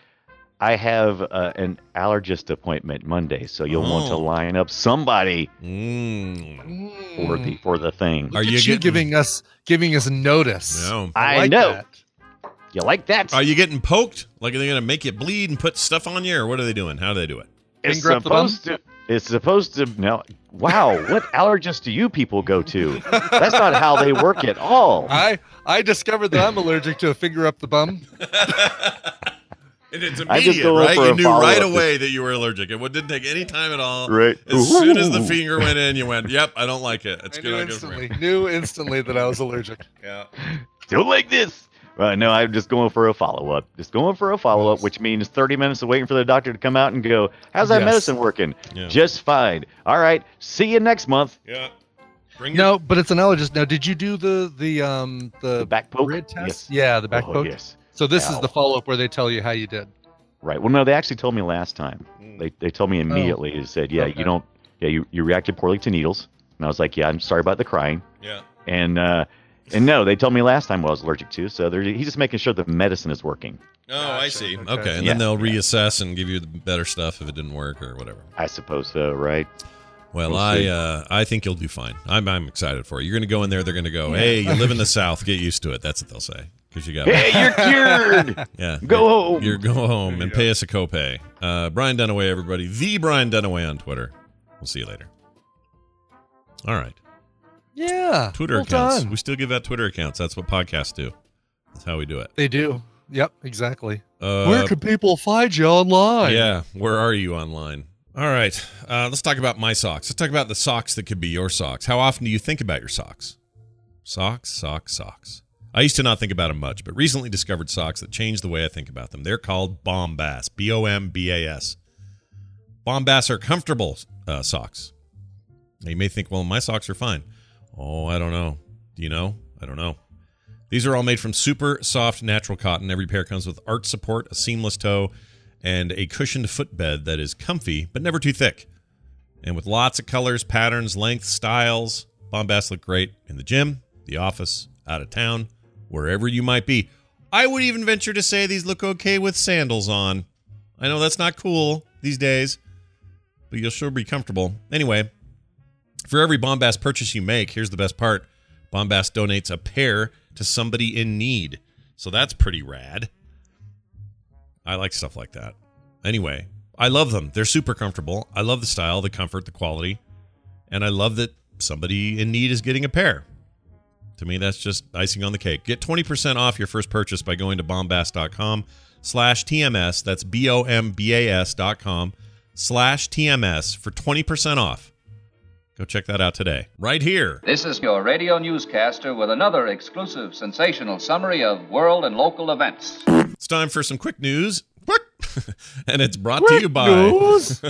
I have uh, an allergist appointment Monday, so you'll want to
Oh.
line up somebody
Mm.
for the for the thing.
Are
Look
you
at you
getting-
giving us giving us notice?
No.
I
like
know.
that.
You like that?
Are you getting poked? Like, are they gonna make you bleed and put stuff on you, or what are they doing? How do they do it?
it's
finger up the bum?
supposed to. It's supposed to. No. Wow. What allergist do you people go to? That's not how they work at all.
I I discovered that I'm allergic to a finger up the bum.
And it's
I just
immediate,
go up
right?
for
You
a
knew
follow-up.
right away that you were allergic. It wa- didn't take any time at all.
Right.
As soon as the
Ooh.
finger went in, you went, "Yep, I don't like it. It's
I knew
gonna go for
instantly,
me."
knew instantly that I was allergic.
Yeah.
Don't like this. Uh, no, I'm just going for a follow up. Just going for a follow up, which means 30 minutes of waiting for the doctor to come out and go, How's that
Yes.
medicine working?
Yeah.
Just fine. All right. See you next month.
yeah. Bring your
No, but it's an allergist. Now, did you do the the um the,
The back poke.
grid test?
Yes.
Yeah, the back
oh,
poke.
yes.
So this is
Ow.
the follow up where they tell you how you did.
Right. Well, no, they actually told me last time.
Mm.
They, they told me immediately. They said, Yeah,
Oh. Okay.
you don't, yeah, you, you reacted poorly to needles. And I was like, Yeah, I'm sorry about the crying.
yeah.
And, uh, and no, they told me last time what I was allergic to. So they're, he's just making sure the medicine is working.
Oh, I
Gotcha.
see. Okay,
Okay.
and
Yeah.
then they'll reassess and give you the better stuff if it didn't work or whatever.
I suppose so, right?
Well,
We'll
I
see.
uh, I think you'll do fine. I'm I'm excited for you. You're gonna go in there. They're gonna go, "Hey, you live in the South. Get used to it." That's what they'll say because you got
Hey, you're cured.
yeah.
Go home.
You're go home and pay us a copay. Uh, Brian Dunaway, everybody. The Brian Dunaway on Twitter. We'll see you later. All right.
Yeah.
Twitter
well
accounts.
done.
We still give out Twitter accounts. That's what podcasts do. That's how we do it.
They do. Yep. Exactly.
Uh,
where can people find you online?
Yeah, where are you online? All right, uh, let's talk about my socks. Let's talk about the socks that could be your socks. How often do you think about your socks? Socks, socks, socks. I used to not think about them much, but recently discovered socks that change the way I think about them. They're called Bombas, B O M B A S. Bombas are comfortable uh, socks. Now you may think, well, my socks are fine. Oh, I don't know. Do you know? I don't know. These are all made from super soft natural cotton. Every pair comes with art support, a seamless toe, and a cushioned footbed that is comfy but never too thick. And with lots of colors, patterns, lengths, styles, Bombas look great in the gym, the office, out of town, wherever you might be. I would even venture to say these look okay with sandals on. I know that's not cool these days, but you'll sure be comfortable. Anyway, for every Bombas purchase you make, here's the best part Bombas donates a pair to somebody in need. So that's pretty rad. I like stuff like that. Anyway, I love them. They're super comfortable. I love the style, the comfort, the quality. And I love that somebody in need is getting a pair. To me, that's just icing on the cake. Get 20% off your first purchase by going to bombas.com slash TMS. That's B-O-M-B-A-S dot com slash TMS for 20% off. Go check that out today. Right here.
This is your radio newscaster with another exclusive sensational summary of world and local events.
It's time for some quick news. and it's brought to
Quick
you by
news.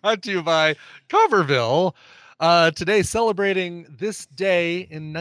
Brought to you by Coverville. Uh, today, celebrating this day in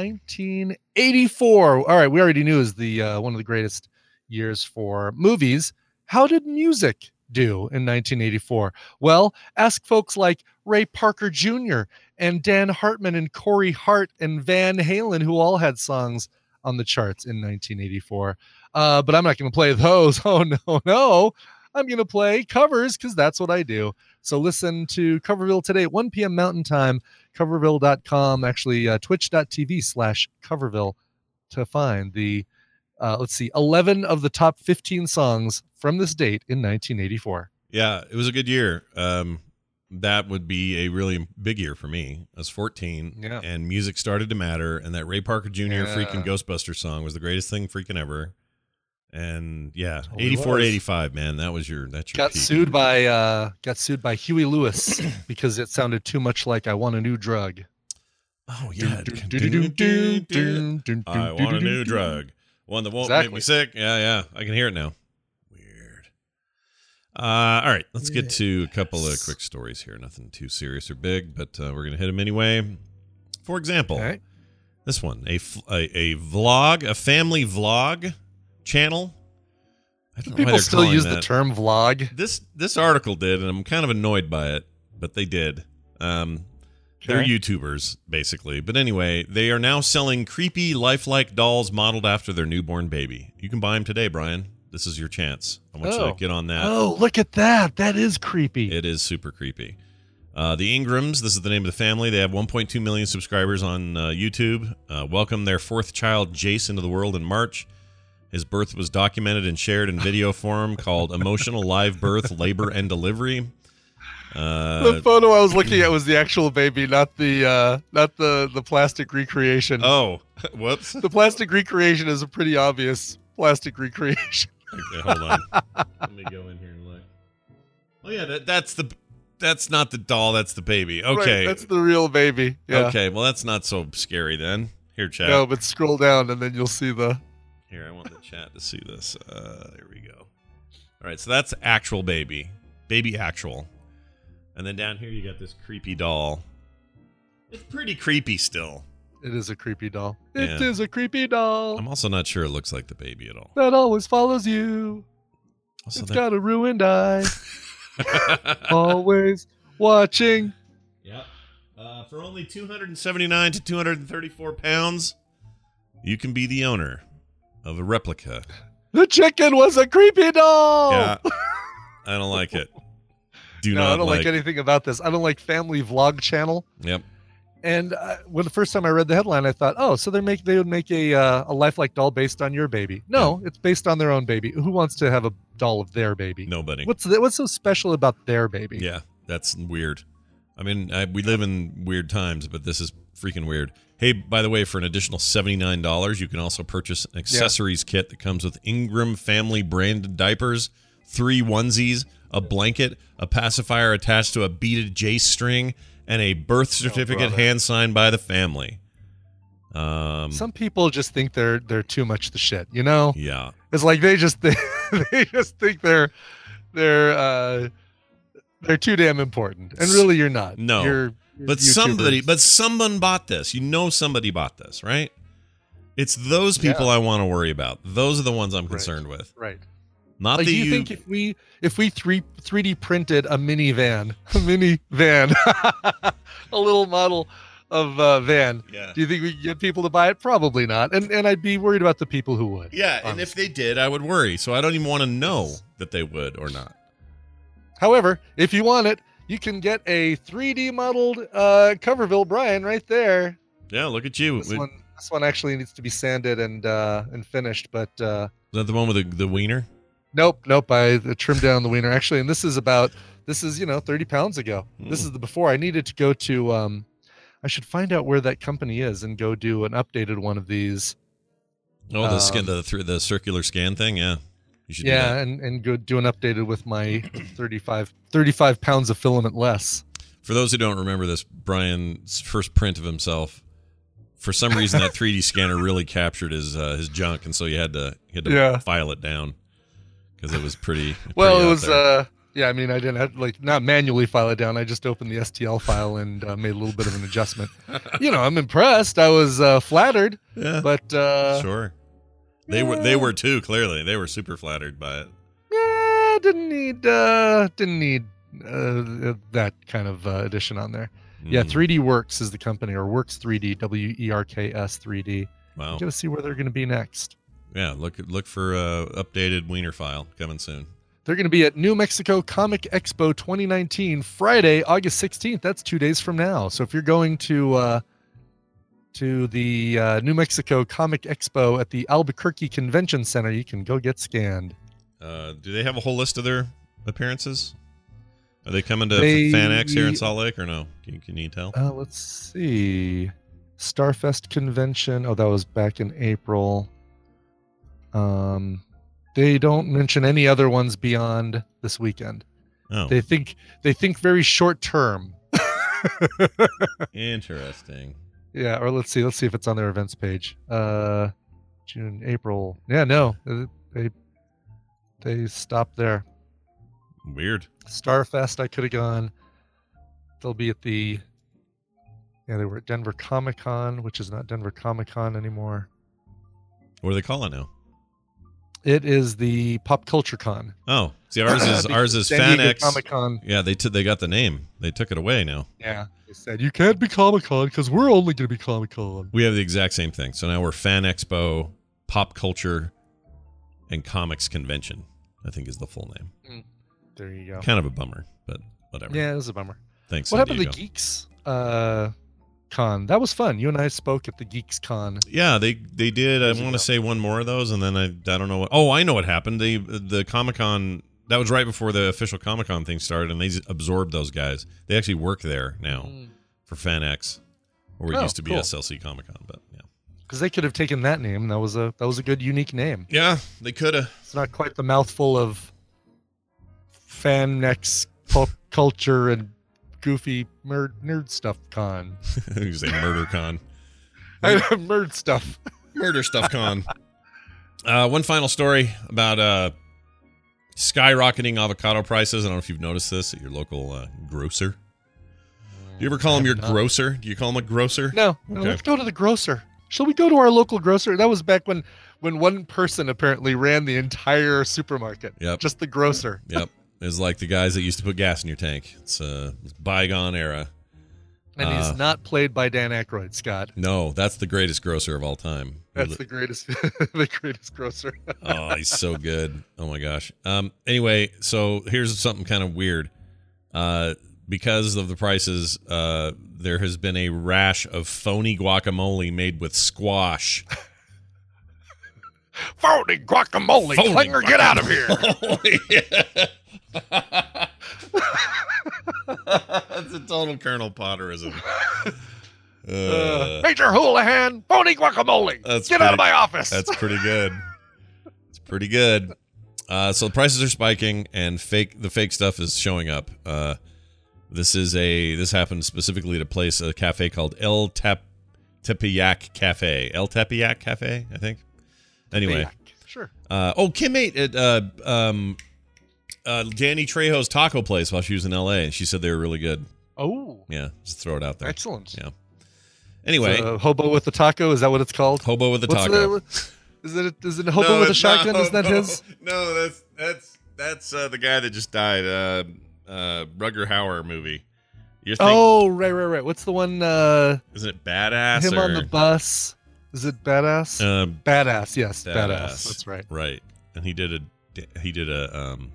1984. All right, we already knew is the uh, one of the greatest years for movies. How did music do in 1984? Well, ask folks like Ray Parker Jr. and Dan Hartman and Corey Hart and Van Halen, who all had songs on the charts in 1984. Uh, but I'm not going to play those. Oh no, no. I'm going to play covers because that's what I do. So listen to Coverville today at 1 p.m. Mountain Time, coverville.com, actually uh, twitch.tv slash coverville to find the uh, let's see, 11 of the top 15 songs from this date in 1984.
Yeah, it was a good year. Um, that would be a really big year for me. I was 14,
Yeah.
and music started to matter. And that Ray Parker Jr. freaking
Yeah.
Ghostbuster song was the greatest thing freaking ever. And yeah,
Totally
84 to
was.
85, man, that was your that's your
Got
peak.
sued by uh, got sued by Huey Lewis because it sounded too much like "I Want a New Drug."
Oh yeah,
Dun, dun, dun, dun, dun, dun,
I
dun,
want a
dun,
new
dun, dun.
drug, one that won't make me
Exactly.
sick. Yeah, yeah, I can hear it now. Weird. Uh, all right, let's get to a couple of quick stories here. Nothing too serious or big, but uh, we're gonna hit them anyway. For example,
All right.
this one a, f- a a vlog, a family vlog channel. I don't know why
People
they're
still
calling
use the
that.
term vlog.
This this article did, and I'm kind of annoyed by it, but they did. Um, They're
Okay.
YouTubers, basically. But anyway, they are now selling creepy, lifelike dolls modeled after their newborn baby. You can buy them today, Brian. This is your chance. I want you
Oh.
to get on that.
Oh, look at that! That is creepy.
It is super creepy. Uh, the Ingrams, this is the name of the family. They have 1.2 million subscribers on uh, YouTube. Uh, welcome their fourth child, Jace, into the world in March. His birth was documented and shared in video form called Emotional Live Birth, Labor, and Delivery. Uh,
the photo I was looking at was the actual baby, not the uh, not the the plastic recreation.
oh, whoops.
the plastic recreation is a pretty obvious plastic recreation.
Okay, hold on. Let me go in here and look. Oh, yeah, that, that's the. That's not the doll. That's the baby.
Right,
Okay.
that's the real baby. Yeah.
Okay. Well, that's not so scary then. Here, chat.
No, but scroll down and then you'll see the.
Here, I want the chat to see this. Uh, there we go. All right, so that's actual baby, baby actual, and then down here you got this creepy doll. It's pretty creepy still.
It is a creepy doll. It
Yeah.
is a creepy doll
I'm also not sure it looks like the baby at all.
that always follows you.
Also,
It's
that-
got a ruined eye, always watching.
yeah. Uh, for only 279 to 234 pounds, you can be the owner of a replica.
The chicken was a creepy doll.
Yeah. I don't like it. Do
Oh. no,
not
I don't like, anything about this. I don't like family vlog channel.
Yep.
And uh, when the first time I read the headline, I thought, oh, so they make they would make a uh, a lifelike doll based on your baby. No, it's based on their own baby. Who wants to have a doll of their baby?
Nobody.
What's the, what's so special about their baby?
Yeah, that's weird. I mean, I, we live in weird times, but this is freaking weird. Hey, by the way, for an additional $79, you can also purchase an accessories kit that comes with Ingram family branded diapers, three onesies, a blanket, a pacifier attached to a beaded J string, and a birth certificate
Oh, brother.
hand signed by the family. Um,
Some people just think they're they're too much the shit. You know,
yeah.
it's like they just think, they just think they're they're uh, they're too damn important, and really you're not.
No.
you're, you're
But somebody,
YouTubers.
but someone bought this. You know, somebody bought this, right? It's those people I want to worry about. Those are the ones I'm concerned with.
right.
Not
Like,
the
do you, think if we if we three three D printed a minivan, a minivan, a little model of uh, van,
yeah,
do you think we could get people to buy it? Probably not. And and I'd be worried about the people who would.
yeah. And if they did, I would worry. So I don't even want to know that they would or not.
However, if you want it, you can get a three D modeled uh, Coverville Brian right there.
Yeah, look at you.
This one this one actually needs to be sanded and uh, and finished, but. Uh,
Is that the one with the, the wiener?
Nope, nope. I trimmed down the wiener actually, and this is about this is you know thirty pounds ago.
Hmm.
This is the before I needed to go to. um I should find out where that company is and go do an updated one of these.
Oh, the skin,
Um,
the th- the circular scan thing. Yeah, you should. do
Yeah,
that.
and and go do an updated with my 35, 35 pounds of filament less.
For those who don't remember this, Brian's first print of himself. For some reason, that 3D scanner really captured his uh, his junk, and so you had to you had to
Yeah.
file it down because it was pretty.
Well,
pretty
it
out
was.
there.
uh Yeah, I mean, I didn't have, like not manually file it down. I just opened the STL file and uh, made a little bit of an adjustment. you know, I'm impressed. I was uh, flattered,
yeah,
but uh,
sure. They were they were too clearly. They were super flattered by it.
Yeah, didn't need uh didn't need uh, that kind of uh, addition on there. Yeah,
Mm,
3D Works is the company or Works 3D, W E R K S 3D.
Wow.
Got to see where they're going to be next.
Yeah, look look for uh, updated wiener file coming soon.
They're going to be at New Mexico Comic Expo 2019, Friday, August 16th. That's two days from now. So if you're going to uh, to the uh, New Mexico Comic Expo at the Albuquerque Convention Center. You can go get scanned.
Uh, do they have a whole list of their appearances? Are they coming to
They-
FanX here in Salt Lake or no? Can, can you tell?
Uh, let's see. Starfest convention. Oh, that was back in April. Um, they don't mention any other ones beyond this weekend.
Oh,
Uh, They think they think very short term.
interesting.
Yeah, or let's see. Let's see if it's on their events page. Uh, June, April. Yeah, no, uh, they they stopped there.
Weird.
Starfest, I could have gone. They'll be at the. Yeah, they were at Denver Comic Con, which is not Denver Comic Con anymore.
What do they call it now?
It is the Pop Culture Con.
Oh, see, ours is ours is FanX.
Comic Con.
Yeah, they t- they got the name. They took it away now.
Yeah, they said you can't be Comic Con because we're only going to be Comic Con.
We have the exact same thing. So now we're Fan Expo, Pop Culture, and Comics Convention. I think is the full name.
There you go.
Kind of a bummer, but whatever.
Yeah, it was a bummer.
Thanks.
what
San
happened to
Diego.
Geeks uh, Con? That was fun. You and I spoke at the Geeks Con.
Yeah, they they did. I
Years
want
ago.
to say one more of those, and then I I don't know what. Oh, I know what happened. They the Comic Con that was right before the official Comic Con thing started, and they s- absorbed those guys. They actually work there now for FanX, or it
Hmm. Oh,
used to be
cool.
SLC Comic Con. But yeah,
Because they could have taken that name. That was a that was a good unique name.
yeah, they could have.
It's not quite the mouthful of fan next pop culture and goofy nerd nerd stuff con.
you say Murder Con.
nerd stuff.
murder stuff con uh, one final story about uh, skyrocketing avocado prices i don't know if you've noticed this at your local uh, grocer do you ever call them your
not.
grocer do you call them a grocer
No, no,
Okay.
let's go to the grocer. Shall we go to our local grocer? That was back when when one person apparently ran the entire supermarket.
Yep.
Just the grocer.
yep it's like the guys that used to put gas in your tank it's a bygone era
And
Uh,
he's not played by Dan Aykroyd, Scott.
no that's the greatest grocer of all time
That's the greatest the greatest grocer.
oh, he's so good. Oh my gosh. Um. Anyway, so here's something kind of weird. Uh, because of the prices, uh, there has been a rash of phony guacamole made with squash.
Phony guacamole,
Phony
Clinger, get out of here.
That's a total Colonel Potterism. Uh,
Major Houlihan, phony guacamole.
That's
Get out of
pretty-
my office.
That's pretty good. It's pretty good. Uh, so the prices are spiking, and fake the fake stuff is showing up. Uh, this is a this happened specifically at a place, a cafe called El Tap Tepeyac Cafe. El Tepeyac Cafe, I think. Anyway,
Sure.
uh, oh, Kim ate at uh, um, uh, Danny Trejo's taco place while she was in L.A. and she said they were really good.
Oh,
Yeah, just throw it out there.
excellent.
Yeah. Anyway,
So, hobo with the taco, is that what it's called?
hobo with the
What's
taco.
the- is it is it hobo with a
it's not-
shotgun? Isn't that
no,
his?
No, that's that's that's uh, the guy that just died. Uh, uh, Rugger Hauer movie. You're thinking,
Oh, right, right, right. What's the one? Uh,
isn't it badass?
him
or,
on the bus. Is it badass?
uh,
badass. Yes, badass.
Badass.
That's right.
right, and he did a he did a um,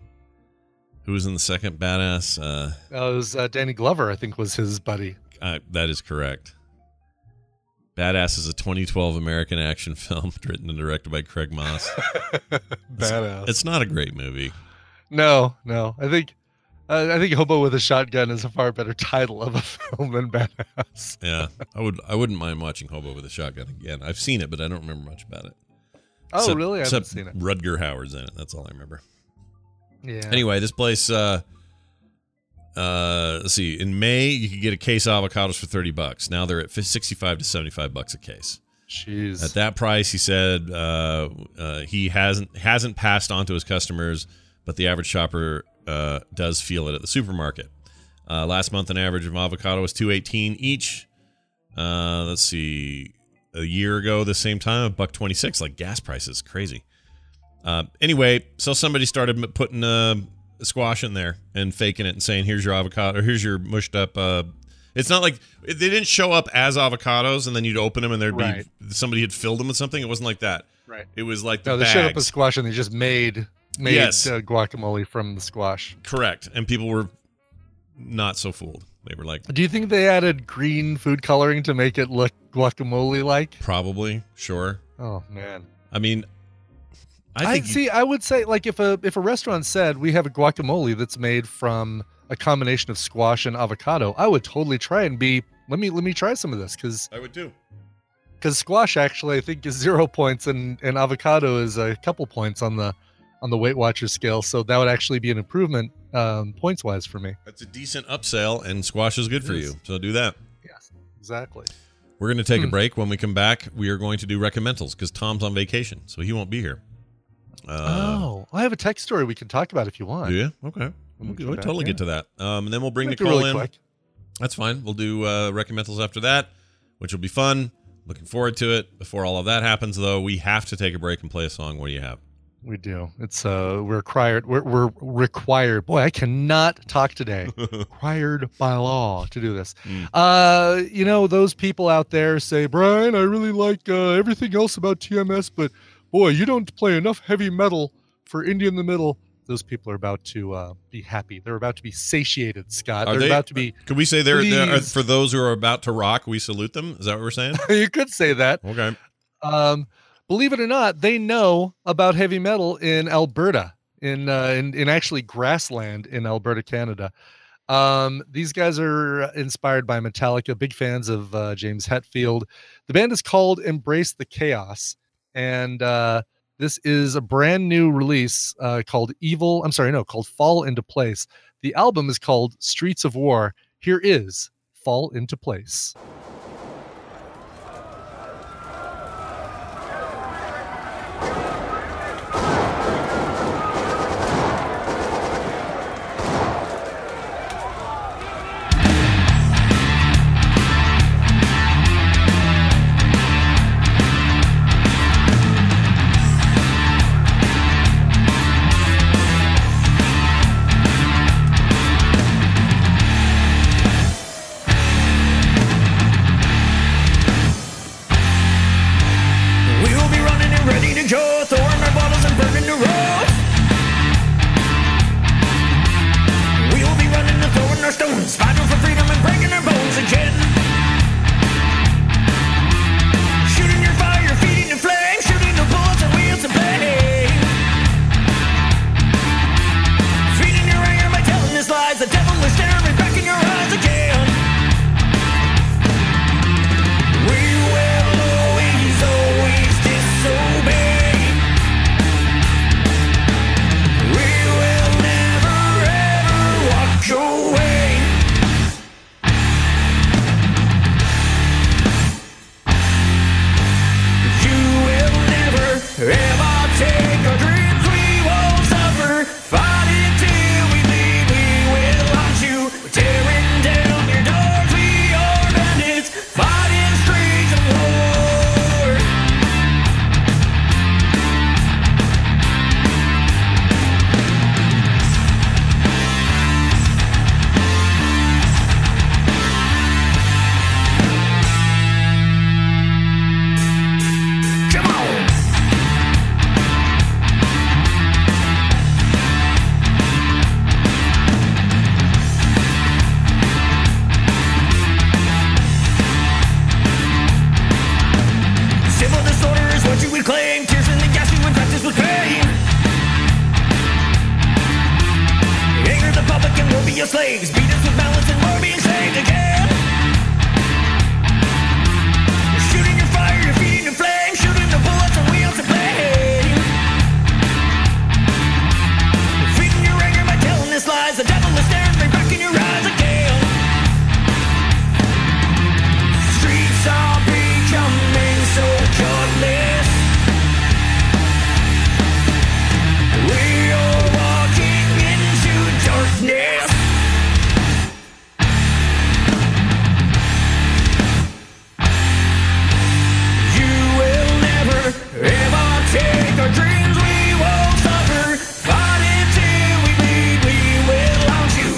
who was in the second badass? Uh,
Uh, it was uh, Danny Glover, I think, was his buddy.
uh, that is correct. Badass is a 2012 American action film written and directed by Craig Moss.
Badass.
it's not a great movie.
No, no. I think uh, I think Hobo with a Shotgun is a far better title of a film than Badass.
Yeah, I would I wouldn't mind watching Hobo with a Shotgun again. I've seen it, but I don't remember much about it.
Oh,
Except-
really? I haven't
except
seen it.
Rutger Howard's in it. That's all I remember.
Yeah.
Anyway, this place. Uh, uh, let's see. In May, you could get a case of avocados for thirty bucks. Now they're at fif- sixty-five to seventy-five bucks a case.
Jeez.
At that price, he said uh, uh, he hasn't hasn't passed on to his customers, but the average shopper uh, does feel it at the supermarket. Uh, last month, an average of avocado was two eighteen each. Uh, let's see, a year ago, the same time, a buck twenty six. Like gas prices, crazy. Uh, anyway, so somebody started m- putting uh, squash in there and faking it and saying, "Here's your avocado. Here's your mushed up." Uh, it's not like they didn't show up as avocados, and then you'd open them and there'd
Right.
be somebody had filled them with something. It wasn't like that.
Right.
It was like the
No, they
bags.
showed up as squash and they just made made
Yes.
uh, guacamole from the squash.
correct, and people were not so fooled. They were like,
Do you think they added green food coloring to make it look guacamole like?
Probably, sure.
Oh man.
I mean, I
I
think you-
see. I would say like if a if a restaurant said we have a guacamole that's made from a combination of squash and avocado, I would totally try and be. Let me let me try some of this because
I would too.
because squash actually I think is zero points and and avocado is a couple points on the on the Weight Watchers scale, so that would actually be an improvement um, points wise for me.
That's a decent upsell, and squash is good
It
for
is.
you. So do that.
Yes, exactly.
We're going to take a
Hmm.
break. When we come back, we are going to do recommendals because Tom's on vacation, so he won't be here. Uh,
oh, I have a tech story we can talk about if you want.
yeah, okay.
When
We'll,
we come
we'll
back,
totally
yeah.
get to that. Um, and then we'll bring
Make it
Nicole
really
in.
quick.
That's fine. We'll do uh, recommendals after that, which will be fun. Looking forward to it. Before all of that happens, though, we have to take a break and play a song. What do you have?
We do. It's uh we're required we're, we're required. Boy, I cannot talk today. required by law to do this.
Mm.
Uh you know those people out there say, "Brian, I really like uh, everything else about TMS, but boy, you don't play enough heavy metal for Indie in the Middle." Those people are about to uh, be happy. They're about to be satiated, Scott.
Are
They're
they-
about to be
Could we say there there-
Please.
for those who are about to rock, we salute them? Is that what we're saying?
You could say that.
Okay.
um, believe it or not, they know about heavy metal in Alberta, in uh, in, in actually grassland in Alberta, Canada. Um, these guys are uh, inspired by Metallica, big fans of uh, James Hetfield. The band is called Embrace the Chaos, and uh, this is a brand new release uh, called Evil. I'm sorry, no, called Fall into Place. The album is called Streets of War. Here is Fall into Place.
We'll be running and ready to go, throwing our bottles and burning the road. We'll be running and throwing our stones, fighting for freedom and breaking our bones again. Shooting your fire, feeding the flame, shooting the bullets and wheels and play. Feeding your anger by telling us lies, the devil is staring back in your eyes again. We will always, always disobey. We will never, ever walk away. You will never, ever take our dreams. We won't suffer. Fight until we bleed. We will haunt you. We're tearing down your doors. We are bandits, fighting streets of war. Come on. Civil disorder is what you would claim. Tears in the gas you would practice with pain. Anger the public and we'll be your slaves. Beat us with malice and we're being saved again. You're shooting your fire, you're feeding the flame. Shooting the bullets and wheels of blame. You're feeding your anger by telling us lies. The devil is staring right back in your eyes again. Streets are becoming so godless. We are walking into darkness. You will never, ever take our dreams. We won't suffer. Fight until we bleed. We will haunt you.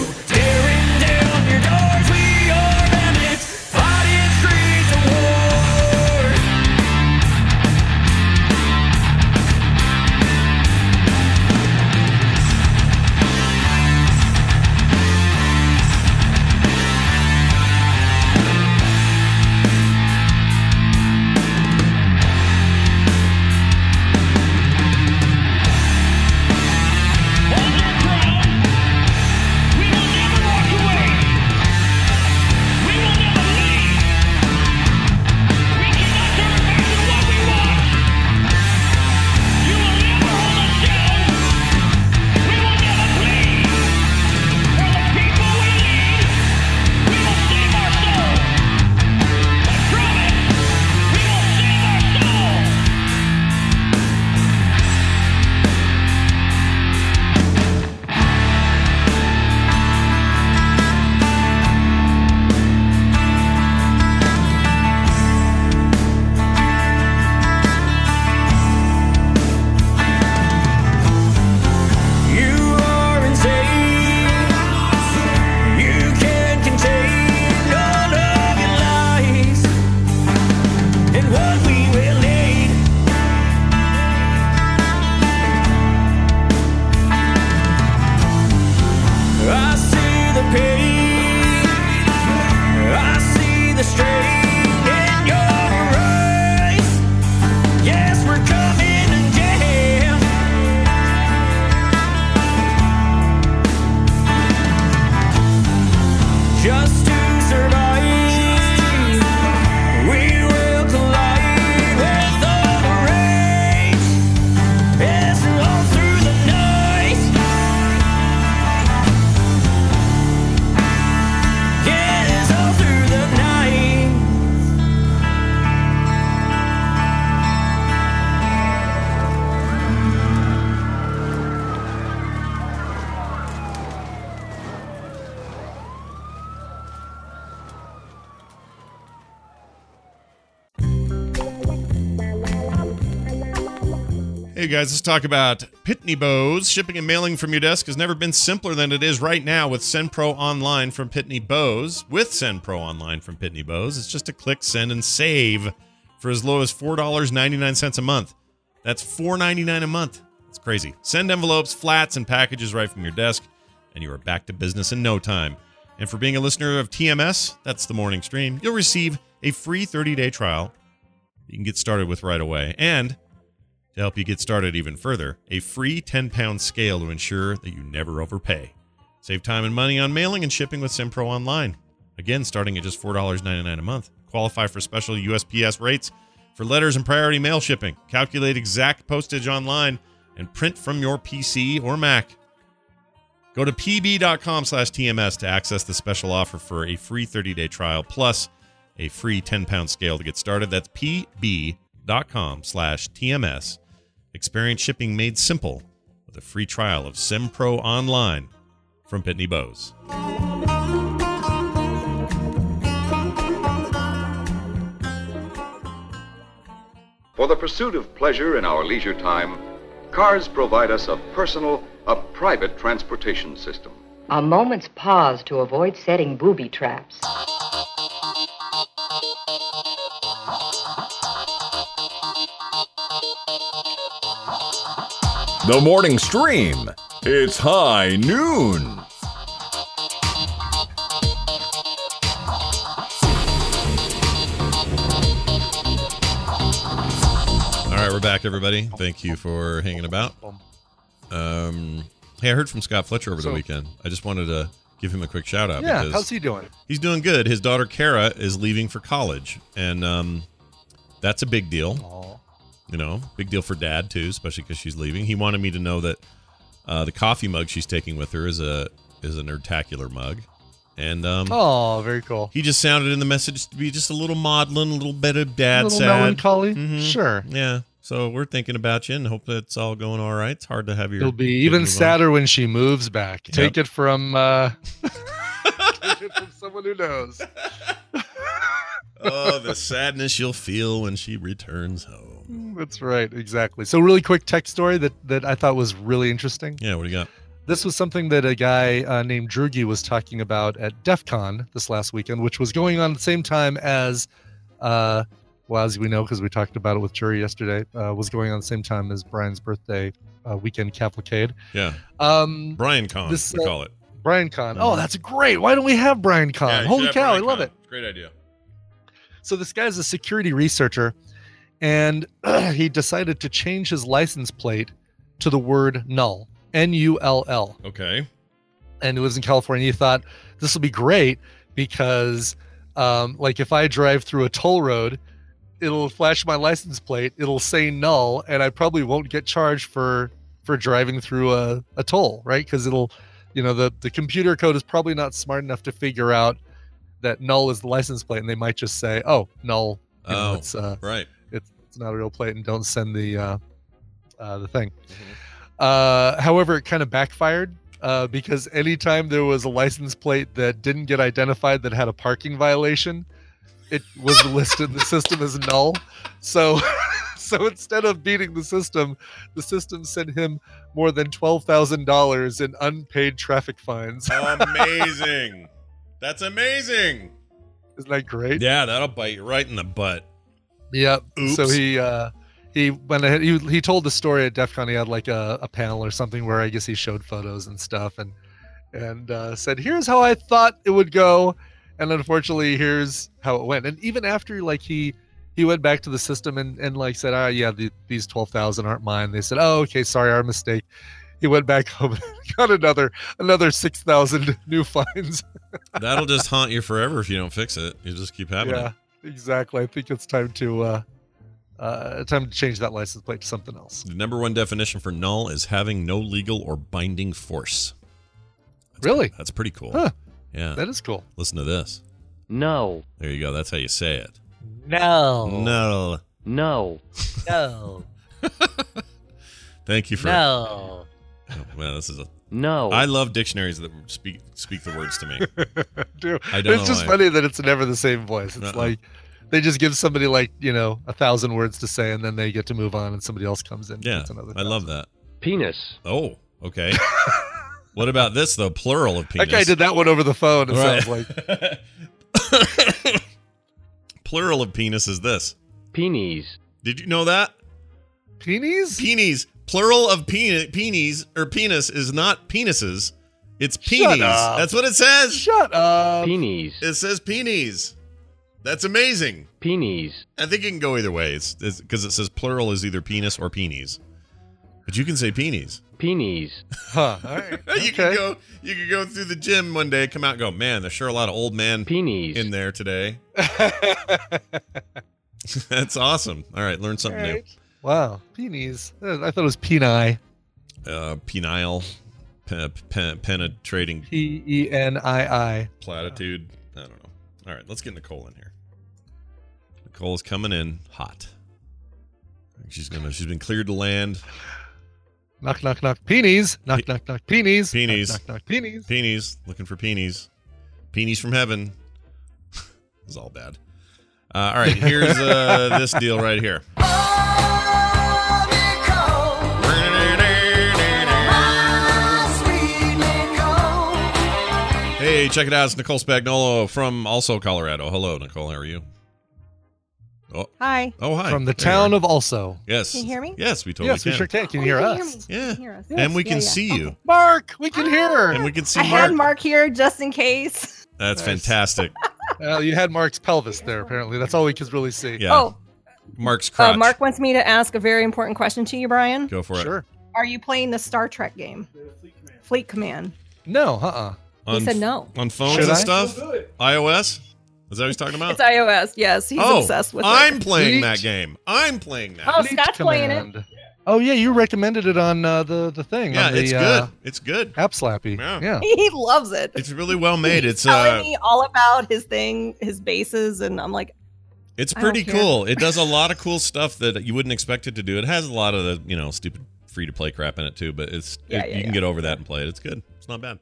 just to survive. We will collide with the rage as it rolls through the night. It is all through the night.
Hey guys, let's talk about Pitney Bowes. Shipping and mailing from your desk has never been simpler than it is right now with Send Pro Online from Pitney Bowes. With Send Pro Online from Pitney Bowes, it's just a click, send, and save for as low as $4.99 a month. That's $4.99 a month. It's crazy. Send envelopes, flats, and packages right from your desk, and you are back to business in no time. And for being a listener of TMS, that's the morning stream, you'll receive a free 30 day trial you can get started with right away. And to help you get started even further, a free 10 pound scale to ensure that you never overpay. Save time and money on mailing and shipping with SimPro Online. Again, starting at just $4.99 a month. Qualify for special USPS rates for letters and priority mail shipping. Calculate exact postage online and print from your PC or Mac. Go to pb.com slash TMS to access the special offer for a free 30 day trial plus a free 10 pound scale to get started. That's pb.com slash TMS. Experience shipping made simple with a free trial of SimPro Online from Pitney Bowes.
For the pursuit of pleasure in our leisure time, cars provide us a personal, a private transportation system.
A moment's pause to avoid setting booby traps.
The morning stream. It's high noon.
All right, we're back, everybody. Thank you for hanging about. Um, hey, I heard from Scott Fletcher over the
So-
weekend. I just wanted to give him a quick shout out.
Yeah,
because
how's he doing?
He's doing good. His daughter Kara is leaving for college, and um, that's a big deal. You know, big deal for dad too, especially because she's leaving. He wanted me to know that uh, the coffee mug she's taking with her is a is a nerdtacular mug, and um,
Oh, very cool.
he just sounded in the message to be just a little maudlin, a little bit of dad
little
sad.
melancholy?
Mhm.
Sure.
Yeah. So we're thinking about you and hope that's all going all right. It's hard to have your.
It'll be
kid
even
move on.
sadder when she moves back.
Yep.
Take it from uh take it from someone who knows.
oh, the sadness you'll feel when she returns home.
That's right, exactly. So really quick tech story that that I thought was really interesting.
Yeah, what do you got?
This was something that a guy uh, named Drugi was talking about at DEF CON this last weekend, which was going on at the same time as, uh, well, as we know, because we talked about it with Jury yesterday, uh, was going on at the same time as Brian's birthday uh, weekend cavalcade.
Yeah.
Um,
Brian Con,
this,
we
uh,
call it.
Brian Con. Oh, that's great. Why don't we have Brian Con?
Yeah, you should
uh, Holy
have
cow, I
Brian
love
Con.
it.
Great idea.
So this guy's a security researcher, and he decided to change his license plate to the word null, N U L L,
Okay.
and he lives in California. He thought this will be great because, um, like, if I drive through a toll road, it'll flash my license plate, it'll say null, and I probably won't get charged for for driving through a, a toll, right? Because it'll, you know, the the computer code is probably not smart enough to figure out that null is the license plate, and they might just say, "Oh, null." You know,
Oh,
it's uh,
right.
it's, it's not a real plate and don't send the uh, uh, the thing. Uh, however, it kind of backfired uh, because anytime there was a license plate that didn't get identified that had a parking violation, it was listed in the system as null. So, so instead of beating the system, the system sent him more than twelve thousand dollars in unpaid traffic fines.
amazing. That's amazing.
Isn't that great?
Yeah, that'll bite you right in the butt.
Yep. So
Oops.
he uh he went ahead he, he told the story at DEF CON he had like a, a panel or something where I guess he showed photos and stuff and and uh, said here's how I thought it would go and unfortunately here's how it went. And even after like he he went back to the system and, and like said, ah, yeah, the, these 12,000 aren't mine. They said, oh, okay, sorry, our mistake. He went back home and got another, another 6,000 new fines.
That'll just haunt you forever if you don't fix it. You just keep having
yeah,
it.
exactly. I think it's time to uh, uh, time to change that license plate to something else.
The number one definition for null is having no legal or binding force. That's
Really?
That's pretty cool.
Huh.
Yeah.
That is cool.
Listen to this.
No.
There you go. That's how you say it.
No.
Null.
No. No.
Thank you for.
No.
Oh, man, this is a
No.
I love dictionaries that speak speak the words to me.
Dude,
I don't
it's
know
just
why.
funny that it's never the same voice. It's
Uh-uh.
like they just give somebody like you know a thousand words to say, and then they get to move on, and somebody else comes in. and
Yeah,
gets another
I love that.
Penis.
Oh, okay. what about this though? Plural of penis.
That guy did that one over the phone. It
Right.
sounds like
Plural of penis is this.
Peenies.
Did you know that?
Peenies?
Peenies. Plural of penis, peenies or penis is not penises. It's peenies.
up.
That's what it says.
Shut up.
Peenies.
It says peenies. That's amazing.
Peenies.
I think it can go either way. It's because it says plural is either penis or peenies, but you can say peenies.
Peenies.
Huh. All right.
you can go. You could go through the gym one day, come out, and go. Man, there's sure a lot of old man
peenies
in there today. That's awesome. All right, learn something
All right. Wow, peenies. Uh, I thought it was peni.
new. Uh, penile, pe- pe- penetrating
P E N I I.
platitude. I don't know. All right, let's get Nicole in here. Nicole's coming in hot. She's gonna. She's been cleared to land.
Knock knock knock. Peenies. Knock knock knock. Peenies.
Peenies.
Knock knock. knock peenies.
Peenies. Looking for peenies. Peenies from heaven. it's all bad. Uh, all right, here's uh, this deal right here. Hey, check it out. It's Nicole Spagnolo from also Colorado. Hello, Nicole. How are you? Oh,
Hi.
oh hi.
From the
There you
town
are.
of also.
Yes.
Can you hear me?
Yes, we totally
yes,
can.
we sure can. Can
Oh,
you hear
you
us?
me?
Yeah.
You can hear us.
And we
Yes,
can
yeah, yeah.
see you.
Mark, we can hear her.
And we can see
I
Mark.
had Mark here just in case.
That's fantastic.
Well, you had Mark's pelvis there. Apparently, that's all we could really see.
Yeah.
Oh,
Mark's crotch.
uh, Mark wants me to ask a very important question to you, Brian.
Go for it.
Sure.
Are you playing the Star Trek game? Fleet Command.
No. Uh. uh
He said no.
On phones
Should
and
I?
stuff? iOS? Is that what he's talking about?
It's iOS. Yes, he's
oh,
obsessed with
I'm
it.
playing
Neat.
that game. I'm playing that.
Oh, Scott's playing it.
Command. Oh yeah, you recommended it on uh, the the thing.
yeah,
on the,
it's good.
uh,
it's good.
App slappy.
Yeah.
Yeah.
He loves it.
It's really well made. It's
Telling
uh,
me all about his thing, his bases, and I'm like,
it's
I don't
pretty
care.
cool. It does a lot of cool stuff that you wouldn't expect it to do. It has a lot of the you know stupid free to play crap in it too, but it's
Yeah,
it,
yeah,
you can
yeah.
get over that and play it. It's good. It's not bad.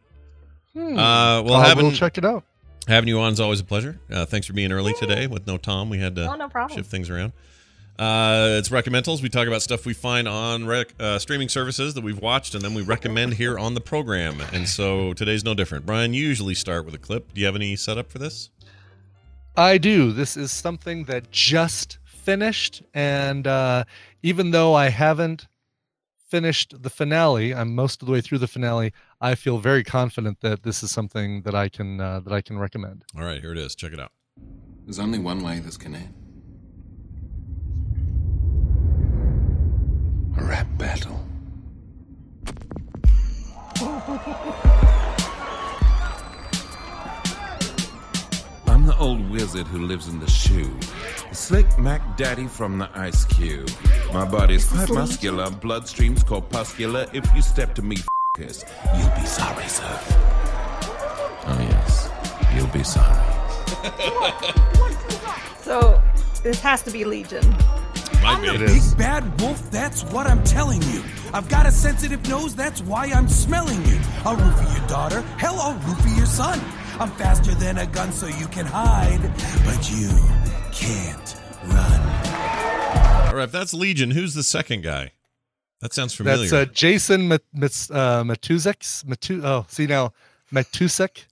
Hmm.
Uh, well,
I'll-
having
we'll check it out.
having you on is always a pleasure. Uh, thanks for being early today with no Tom. We had to
Oh, no problem.
shift things around. Uh, it's recommendals. We talk about stuff we find on rec- uh, streaming services that we've watched, and then we recommend here on the program. And so today's no different. Brian, you usually start with a clip. Do you have any setup for this?
I do. This is something that just finished, and uh, even though I haven't finished the finale, I'm most of the way through the finale. I feel very confident that this is something that I can uh, that I can recommend.
All right, here it is. Check it out.
There's only one way this can end. A rap battle. I'm the old wizard who lives in the shoe. Slick Mac Daddy from the Ice Cube. My body's quite muscular, bloodstream's corpuscular. If you step to me, f***ers, you'll be sorry, sir. Oh, yes, you'll be sorry.
so this has to be Legion.
I'm the big bad wolf, that's what I'm telling you. I've got a sensitive nose, that's why I'm smelling you. I'll root for your daughter, hell, I'll root for your son. I'm faster than a gun, so you can hide, but you can't run.
All right, if that's Legion, who's the second guy? That sounds familiar.
That's uh, Jason Mat- Mat- uh, Matusek. Matu- oh, see now, Matusek.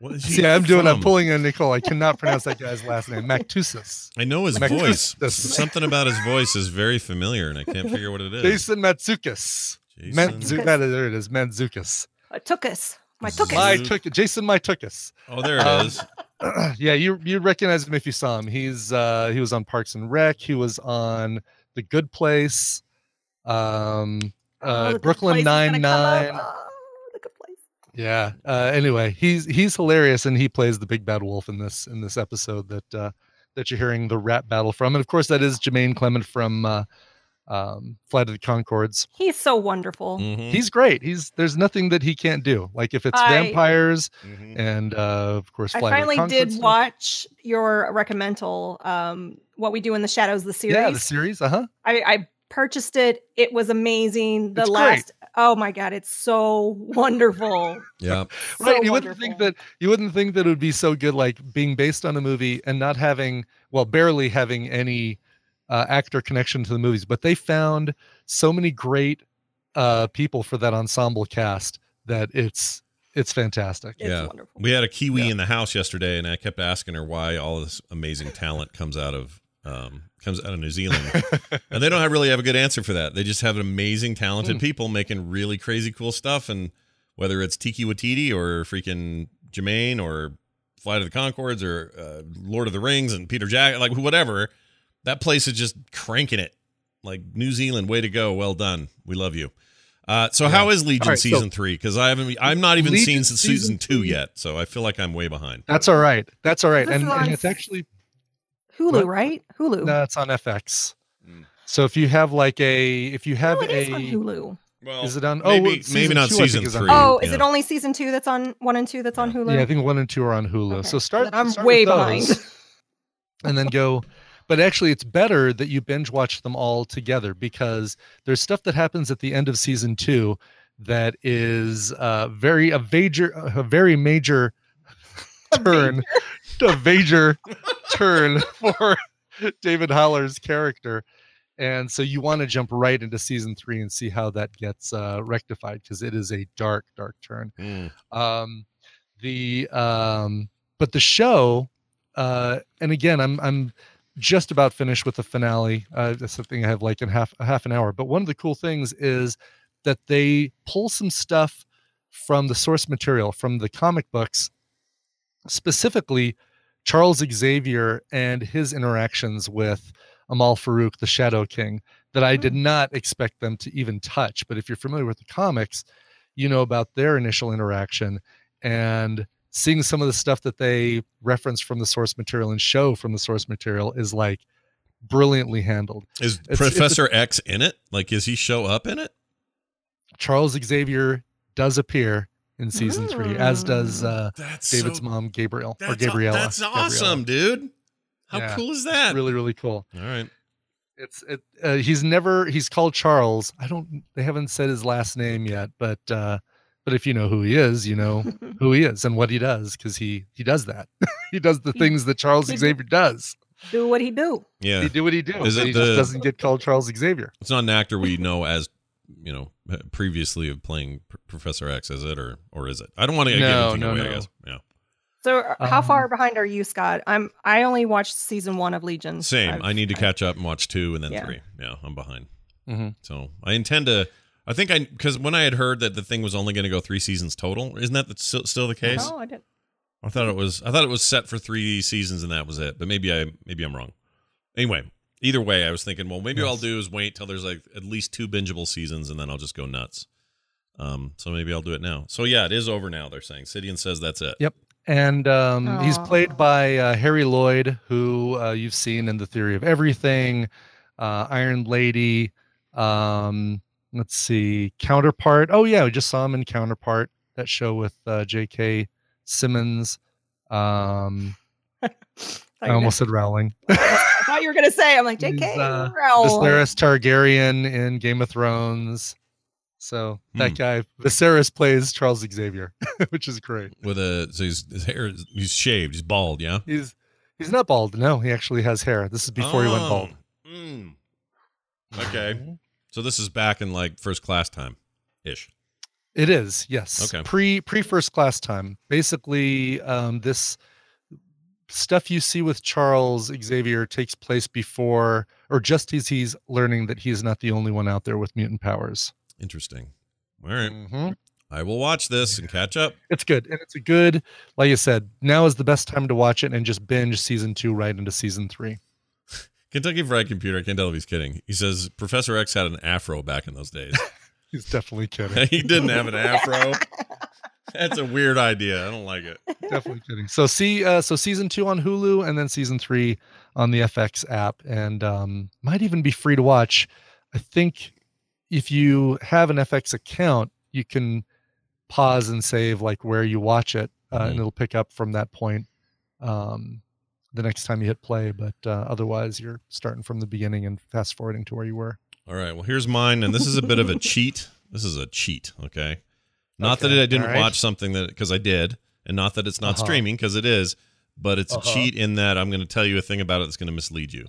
What is he
See, I'm doing. I'm
from?
pulling a Nicole. I cannot pronounce that guy's last name. Matusis.
I know his
Mac-
voice.
This-
Something about his voice is very familiar, and I can't figure what it is.
Jason Matsukis.
Jason-
Matsu- that is, there it is. Manzukis.
I took us. My took
My uh,
us.
took Jason. My took us.
Oh, there it
Um,
is.
yeah, you you recognize him if you saw him. He's uh he was on Parks and Rec. He was on The Good Place. Um, uh,
Oh, The Good Place
Brooklyn
is gonna
Nine
come
Nine.
up. Oh, the good place.
Yeah. Uh, anyway, he's he's hilarious, and he plays the big bad wolf in this in this episode that uh, that you're hearing the rap battle from, and of course that is Jermaine Clement from uh, um, Flight of the Concords.
He's so wonderful.
He's great. He's there's nothing that he can't do. Like if it's
I-
vampires, and uh, of course,
I
Flight of the
finally did
Conchords stuff.
watch your recommendal, um, What We Do in the Shadows, the series.
Yeah, the series. Uh huh.
I, I purchased it. It was amazing. The
It's great.
last, oh my God, it's so wonderful.
Yeah.
So
right. You wouldn't think that you wouldn't think that it would be so good, like being based on a movie and not having, well, barely having any uh, actor connection to the movies. But they found so many great uh, people for that ensemble cast that it's it's fantastic.
yeah. We had a Kiwi in the house yesterday, and I kept asking her why all this amazing talent comes out of um, comes out of New Zealand, and they don't have, really have a good answer for that. They just have amazing, talented
Hmm.
people making really crazy, cool stuff, and whether it's Tiki Watiti or freaking Jermaine or Flight of the Concords or uh, Lord of the Rings and Peter Jack, like whatever, that place is just cranking it. Like New Zealand, way to go, well done, we love you. Uh, so how is Legion
All right, so-
season three? Because I haven't, I'm not even
Legion
seen since
season
season two yet, so I feel like I'm way behind.
That's all right. That's all right.
This
And,
is
and
on
it's actually
Hulu,
What?
right? Hulu.
no, it's on FX.
Hmm.
So if you have like a, if you have
Oh, it
a,
is on Hulu.
Well,
is it on? oh,
maybe-
well,
maybe not
two, I think,
season
is on
three.
Hulu.
Oh, is it only season two that's on one and two that's on Hulu?
Yeah, I think one and two are on Hulu. So start.
Then I'm
start
way
with
behind.
those, and then go. But actually, it's better that you binge watch them all together because there's stuff that happens at the end of season two that is uh, very a major a very major turn, a major turn for David Holler's character. And so you want to jump right into season three and see how that gets uh, rectified because it is a dark, dark turn. Um, the um, but the show, uh, and again, I'm I'm just about finished with the finale. Uh, that's something I have like in half half an hour. But one of the cool things is that they pull some stuff from the source material from the comic books specifically Charles Xavier and his interactions with Amal Farouk, the Shadow King, that I did not expect them to even touch. But if you're familiar with the comics, you know about their initial interaction and seeing some of the stuff that they reference from the source material and show from the source material is like brilliantly handled.
Is
It's- it's a-
Professor X in it? Like, is he show up in it?
Charles Xavier does appear in season three, as does uh,
That's
David's
so-
mom, Gabriel or
That's aw-
Gabriella.
That's
Gabriella.
awesome, dude. How
Yeah.
cool is that?
Really, really cool.
All right.
It's it. Uh, he's never. He's called Charles. I don't. They haven't said his last name yet, but uh, but if you know who he is, you know who he is and what he does because he he does that. he does the
He-
things that Charles
he-
Xavier does.
Do what he do.
Yeah.
He do what he do.
Is
and
it
he
the-
just doesn't get called Charles Xavier.
It's not an actor we know as you know previously of playing P- Professor X, is it, or or is it? I don't want to give
No,
anything
no,
away. I
no.
guess. Yeah.
So uh,
Um,
how far behind are you, Scott? I'm. I only watched season one of Legion.
Same.
I've-
i need to catch up and watch two and then
Yeah.
three. Yeah, I'm behind.
Mhm.
So I intend to. I think I because when I had heard that the thing was only going to go three seasons total, isn't that the, still, still the case?
No, Oh, I didn't.
I thought it was I thought it was set for three seasons and that was it. But maybe I maybe I'm wrong. Anyway, either way, I was thinking, well, maybe what I'll
Yes.
do is wait till there's like at least two bingeable seasons and then I'll just go nuts. Um, so maybe I'll do it now. So yeah, it is over now. They're saying Sidian says that's it.
Yep. And um, he's
Aw.
played by uh, Harry Lloyd, who uh, you've seen in The Theory of Everything, uh, Iron Lady. Um, let's see, Counterpart. Oh yeah, we just saw him in Counterpart, that show with uh, J.K. Simmons. Um, I
I thought you were gonna-
almost said Rowling.
I thought you were gonna say. I'm like
He's,
J.K.
uh,
Rowling.
Viserys Targaryen in Game of Thrones. So that
Hmm.
guy Viserys plays Charles Xavier, which is great.
With a so his, his hair is he's shaved, he's bald, yeah.
He's he's not bald. No, he actually has hair. This is before he went
Oh,
bald. Mm-hmm.
mm. Okay. so this is back in like first class time ish.
It is yes.
Okay.
Pre pre first class time. Basically, um, this stuff you see with Charles Xavier takes place before, or just as he's learning that he's not the only one out there with mutant powers.
Interesting. All right.
Mhm.
I will watch this and catch up.
It's good, and it's a good. Like I said, now is the best time to watch it and just binge season two right into season three.
Kentucky Fried Computer. I can't tell if he's kidding. He says Professor X had an afro back in those days.
He's definitely kidding.
he didn't have an afro. That's a weird idea. I don't like it.
Definitely kidding. So see, uh, so season two on Hulu, and then season three on the FX app, and um, might even be free to watch. I think if you have an FX account, you can pause and save like where you watch it, uh, and it'll pick up from that point um, the next time you hit play. But uh, otherwise, you're starting from the beginning and fast forwarding to where you were.
All right. Well, here's mine, and this is a bit of a cheat. This is a cheat. Okay. Not
Okay,
that I didn't
all right.
watch something that because I did, and not that it's not
Uh-huh.
streaming because it is, but it's
Uh-huh.
a cheat in that I'm going to tell you a thing about it that's going to mislead you.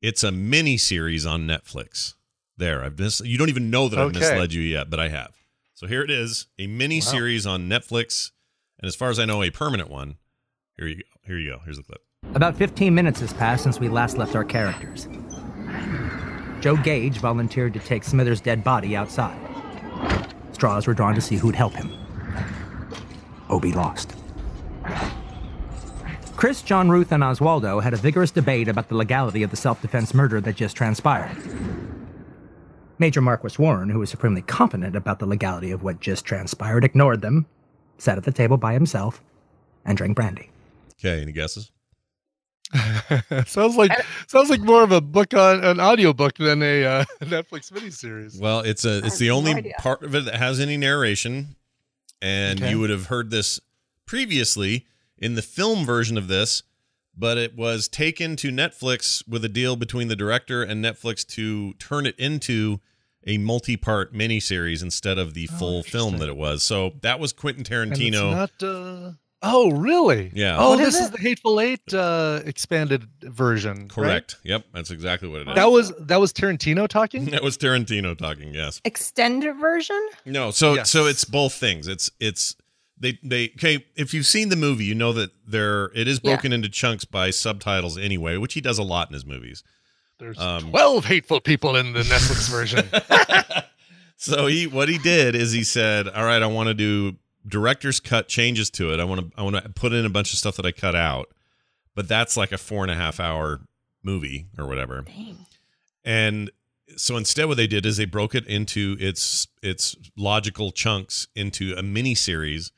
It's a mini series on Netflix. There, I've mis- you don't even know that I've
Okay.
misled you yet, but I have. So here it is, a mini series on Netflix, and as far as I know, a permanent one. Here you go. Here you go. Here's the clip.
About 15 minutes has passed since we last left our characters. Joe Gage volunteered to take Smithers' dead body outside. Straws were drawn to see who'd help him. Obi lost. Chris, John Ruth, and Oswaldo had a vigorous debate about the legality of the self defense murder that just transpired. Major Marquis Warren, who was supremely competent about the legality of what just transpired, ignored them, sat at the table by himself, and drank brandy.
Okay. Any guesses?
sounds like sounds like more of a book on an audiobook than a uh, Netflix miniseries.
Well, it's a it's the
no
only
idea.
part of it that has any narration, and
Okay.
you would have heard this previously in the film version of this, but it was taken to Netflix with a deal between the director and Netflix to turn it into a multi-part miniseries instead of the full film that it was. So that was Quentin
Oh, And it's
Tarantino.
not, uh, oh, really?
Yeah.
Oh,
What
this
is
is the Hateful Eight uh, expanded version.
Correct. Yep, that's exactly what it
right?
is.
That was that was Tarantino talking.
that was Tarantino talking. Yes.
Extended version?
No, so so it's both things. It's it's they they okay. If you've seen the movie, you know that there it is
Yeah.
broken into chunks by subtitles anyway, which he does a lot in his movies.
There's
Um,
twelve hateful people in the Netflix version.
So he what he did is he said, "All right, I want to do director's cut changes to it. I want to I want to put in a bunch of stuff that I cut out, but that's like a four and a half hour movie or whatever." And so instead, what they did is they broke it into its its logical chunks into a mini series,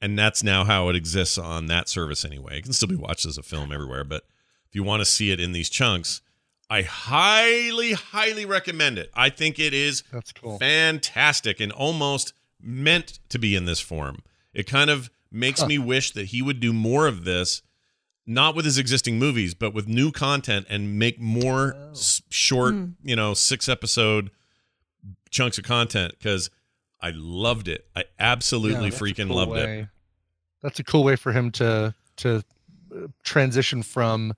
and that's now how it exists on that service anyway. It can still be watched as a film everywhere, but if you want to see it in these chunks, I highly, highly recommend it. I think it is
That's cool.
fantastic and almost meant to be in this form. It kind of makes
Huh.
me wish that he would do more of this, not with his existing movies, but with new content and make more
Oh.
s- short,
Hmm.
you know, six episode chunks of content because I loved it. I absolutely
Yeah, that's a
freaking
cool
loved it.
way. That's a cool way for him to to uh, transition from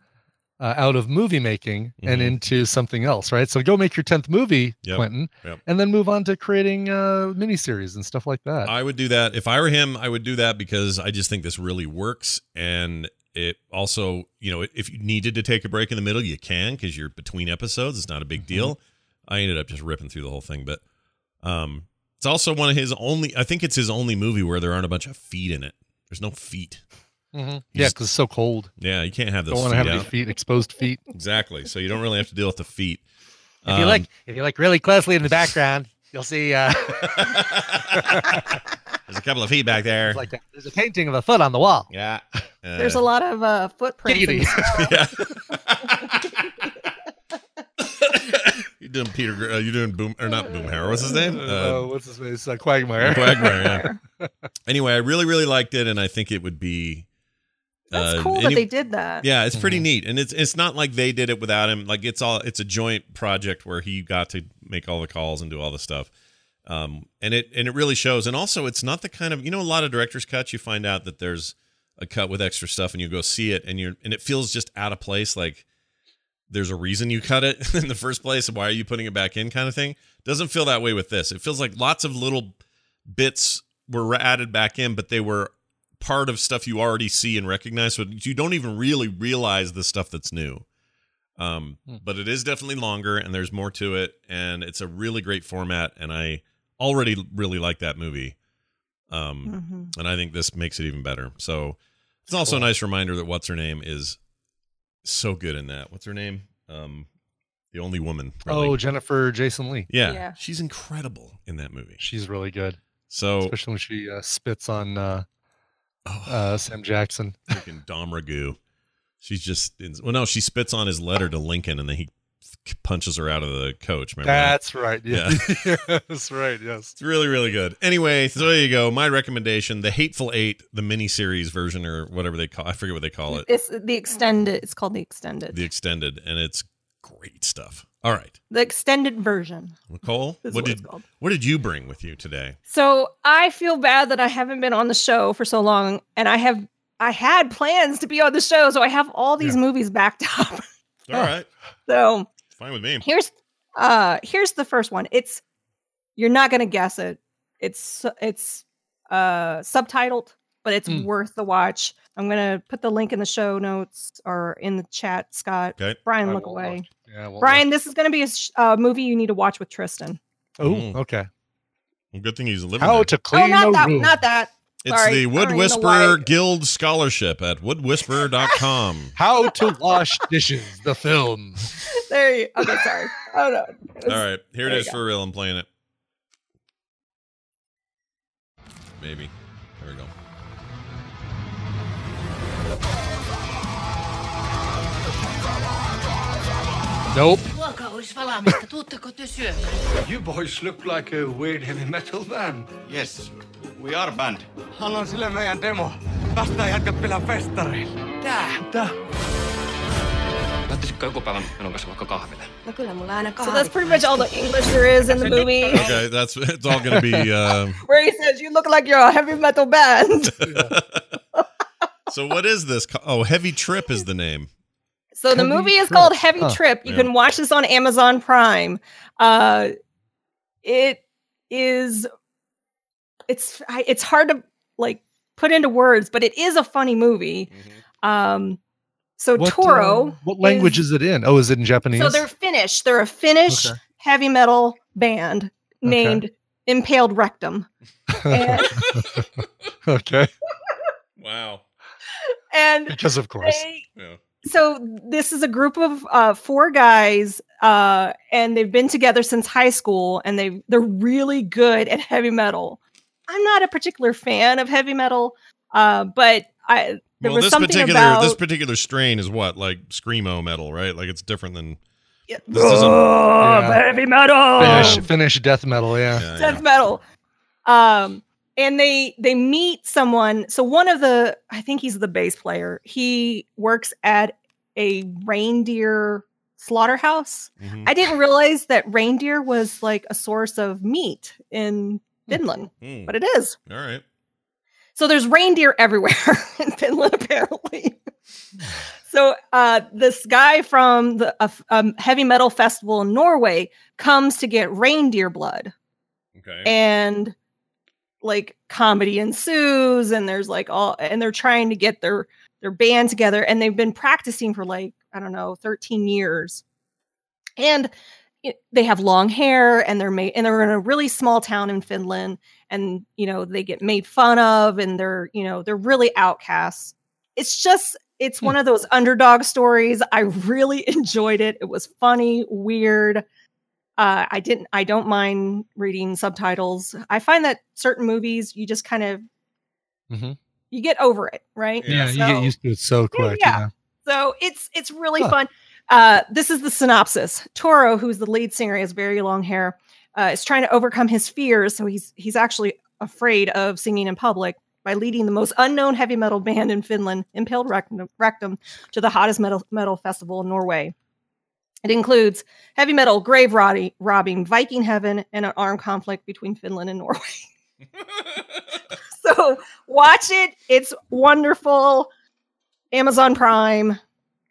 uh, out of movie making and
Mhm.
into something else, right? So go make your tenth movie,
Yep,
Quentin,
yep.
and then move on to creating uh, miniseries and stuff like that.
Uh, I would do that if I were him. I would do that because I just think this really works, and it also, you know, if you needed to take a break in the middle, you can because you're between episodes. It's not a
Mm-hmm.
big deal. I ended up just ripping through the whole thing, but um, it's also one of his only. I think it's his only movie where there aren't a bunch of feet in it. There's no feet.
Mhm.
You
Yeah,
just-
because it's so cold.
Yeah, you can't have those.
Don't want
feet
to have any
out.
feet exposed feet.
Exactly. So you don't really have to deal with the feet.
If you
Um,
like- If you look really closely in the background, you'll see uh,
Um, there's a couple of feet back there.
like that. there's a painting of a foot on the wall.
Yeah.
There's a lot of uh, footprints. in
Giggity.
this film.
You're doing Peter. Gr- Uh, you're doing Boom or not Boomhauer? What's his name?
Uh, what's his face? Uh, Quagmire.
Quagmire. yeah. anyway, I really, really liked it, and I think it would be.
That's
uh,
cool that
any-
they did that.
Yeah, it's pretty neat, and it's it's not like they did it without him. Like it's all it's a joint project where he got to make all the calls and do all the stuff, um, and it and it really shows. And also, it's not the kind of you know a lot of directors' cuts. You find out that there's a cut with extra stuff, and you go see it, and you're and it feels just out of place. Like there's a reason you cut it in the first place. Why are you putting it back in? Kind of thing. Doesn't feel that way with this. It feels like lots of little bits were added back in, but they were part of stuff you already see and recognize. So you don't even really realize the stuff that's new. Um, but it is definitely longer and there's more to it. And it's a really great format. And I already really like that movie.
Hmm. Mm-hmm.
Um, and I think this makes it even better. So it's also a
Cool.
nice reminder that what's her name is so good in that. What's her name? Um, the only woman. really.
Oh, Jennifer Jason Lee.
Yeah. She's incredible in that movie.
She's really good.
So oh,
especially when she uh, spits on uh, uh, Sam Jackson.
Freaking Dom Ragu. She's just ins- well, no, she spits on his letter to Lincoln, and then he punches her out of the coach. Remember that?
That's right. Yeah, that's right. Yes.
It's really, really good. Anyway, so there you go. My recommendation: The Hateful Eight, the miniseries version, or whatever they call—I forget what they call it.
It's the extended. It's called the extended.
The extended, and it's great stuff. All right,
The extended version.
Nicole,
That's
what
what it's
did
called.
what did you bring with you today?
So I feel bad that I haven't been on the show for so long, and I have I had plans to be on the show, so I have all these movies backed up. Oh.
All right,
So
fine with me.
here's uh here's the first one. It's you're not gonna guess it. It's it's uh subtitled, but it's
Mm.
worth the watch. I'm gonna put the link in the show notes or in the chat, Scott.
Okay.
Brian,
I
look
won't
away.
Yeah. Well,
Brian, this is gonna be a sh- uh, movie you need to watch with Tristan.
Oh,
Mm.
okay.
Well, good thing he's living.
How
there.
to
Oh,
clean
not
a
that,
room.
not that.
It's
Sorry.
the
I
Wood
don't even know why.
Whisperer Guild Scholarship at woodwhisperer.com.
How to wash dishes. The film.
There you. Okay, sorry. Oh no. It
All
was-
right, here it
There
is
you go.
for real. I'm playing it. Maybe. There we go.
Nope.
You boys look like a weird heavy metal band. Yes, we are a band. Haluan sille meidän demo. Tästä jätkät pelaa festareilla. Tää. Tää. Lähtisikö joku päivä minun kanssa vaikka kahville?
So that's pretty much all the English there is in the movie.
Okay, that's it's all going to be. Uh,
Where he says, "You look like you're a heavy metal band."
so, what is this? co- Oh, Heavy Trip is the name.
So the
Heavy
movie is
Trip,
called Heavy
huh.
Trip. You
Yeah.
can watch this on Amazon Prime. Uh, it is. It's I- it's hard to like put into words, but it is a funny movie.
Mm-hmm.
Um, so
What,
Toro.
um,
uh, what language is, it in? Oh, is it in Japanese?
So they're Finnish. They're a Finnish
Okay.
heavy metal band named Impaled Rectum. And,
okay.
Wow.
and
Because of course.
they- so this is a group of uh, four guys, uh, and they've been together since high school, and they they're really good at heavy metal. I'm not a particular fan of heavy metal, uh, but I there
well,
was
this
something
particular
about
this particular strain is what like screamo metal, right? Like it's different than
Yeah.
this isn't-
Oh, heavy metal.
Finnish, Finnish death metal. Yeah.
death metal. Um, and they they meet someone. So one of the I think he's the bass player. He works at a reindeer slaughterhouse.
Mm-hmm.
Mhm.
I didn't realize that reindeer was like a source of meat in Finland,
Hmm.
but it is.
All right.
So there's reindeer everywhere in Finland, apparently. so uh, this guy from the a f- um, heavy metal festival in Norway comes to get reindeer blood
Okay.
and like comedy ensues and there's like all and they're trying to get their their band together and they've been practicing for like i don't know 13 years and it- they have long hair and they're made and they're in a really small town in finland and you know they get made fun of and they're you know they're really outcasts it's just it's one of those underdog stories i really enjoyed it it was funny weird uh, I didn't. I don't mind reading subtitles. I find that certain movies you just kind of
Mhm.
you get over it, right?
Yeah, you get used to it so quick.
yeah.
yeah.
So it's it's really
Huh.
fun. Uh, this is the synopsis. Toro, who's the lead singer, he has very long hair. Uh, is trying to overcome his fears, so he's he's actually afraid of singing in public by leading the most unknown heavy metal band in Finland, Impaled Rectum, Rectum to the hottest metal metal festival in Norway. It includes heavy metal, grave roddy, robbing, Viking heaven, and an armed conflict between Finland and Norway. so watch it. It's wonderful. Amazon Prime.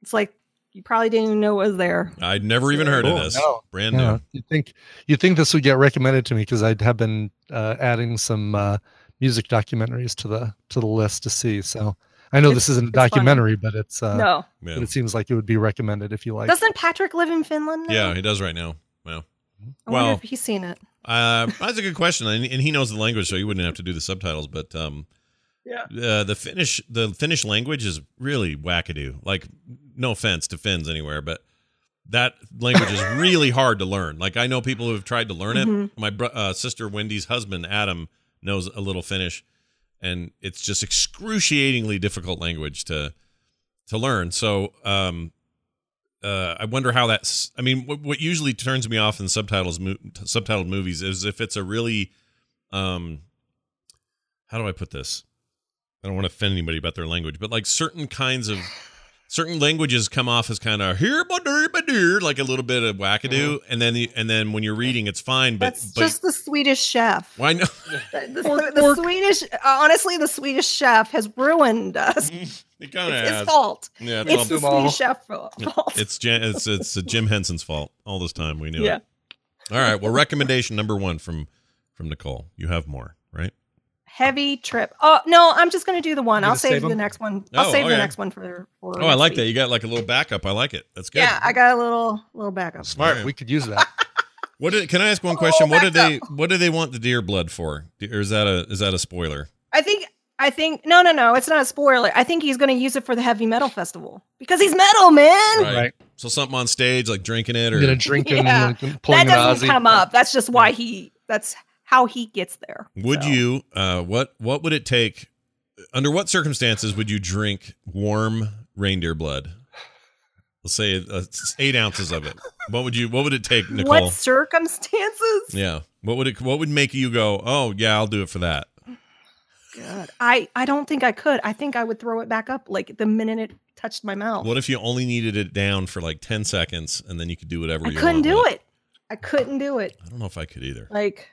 It's like you probably didn't even know it was there.
I'd never even heard of
Cool.
this.
No.
Brand
Yeah.
new.
You think you think this would get recommended to me because I have been uh, adding some uh, music documentaries to the to the list to see. So I know this
It's-
isn't a
it's funny.
documentary, but it's uh,
No.
Yeah.
But it seems like it would be recommended if you like.
Doesn't Patrick live in Finland? now?
Yeah, he does right now. Wow.
I
Well,
wonder if he's seen it.
Uh, that's a good question, and, and he knows the language, so he wouldn't have to do the subtitles. But um,
Yeah.
uh, the Finnish the Finnish language is really wackadoo. Like, no offense to Finns anywhere, but that language is really hard to learn. Like, I know people who have tried to learn it.
Mhm.
My bro- uh, sister Wendy's husband Adam knows a little Finnish, and it's just excruciatingly difficult language to to learn. So um, uh, I wonder how that's. I mean, what, what usually turns me off in subtitles mo- subtitled movies is if it's a really um, how do I put this? I don't want to offend anybody about their language, but like certain kinds of certain languages come off as kind of here ba dur, ba dur," like a little bit of wackadoo, and then the, and then when you're reading, it's fine. But
Mm-hmm. That's
but
just the Swedish chef.
why no?
The, the- the Swedish, honestly, the Swedish chef has ruined us. It's
It kind of
his fault.
Yeah,
it's the
all-
Swedish chef's fault.
It's Jan- it's it's uh, Jim Henson's fault all this time. We knew
Yeah.
it. All right. Well, recommendation number one from from Nicole. You have more, right?
Heavy trip. Oh no, I'm just gonna do the one.
You
I'll
gonna
save,
save
the
'em?
next one. I'll
Oh,
save
okay.
the next one for. for
Oh, I
next
like
week.
that. You got like a little backup. I like it. That's good.
Yeah, I got a little little backup.
Smart.
We could use that.
What did, can I ask one
Oh,
question? what do
backed
they what do they want the deer blood for? Or is that a is that a spoiler?
I think. I think no, no, no. It's not a spoiler. I think he's gonna use it for the heavy metal festival because he's metal, man.
So something on stage like drinking it or
You're gonna drink and
Yeah.
like, pulling
That
an
doesn't
Aussie.
come up. That's just why he. That's how he gets there.
Would you uh what what would it take under what circumstances would you drink warm reindeer blood? Let's say uh, eight ounces of it. What would you? What would it take, Nicole?
What circumstances?
yeah. What would it? What would make you go? Oh yeah, I'll do it for that.
God, I I don't think I could. I think I would throw it back up like the minute it touched my mouth.
What if you only needed it down for like ten seconds and then you could do whatever
I
you
couldn't
want
do
with
it. I couldn't do it.
I don't know if I could either.
Like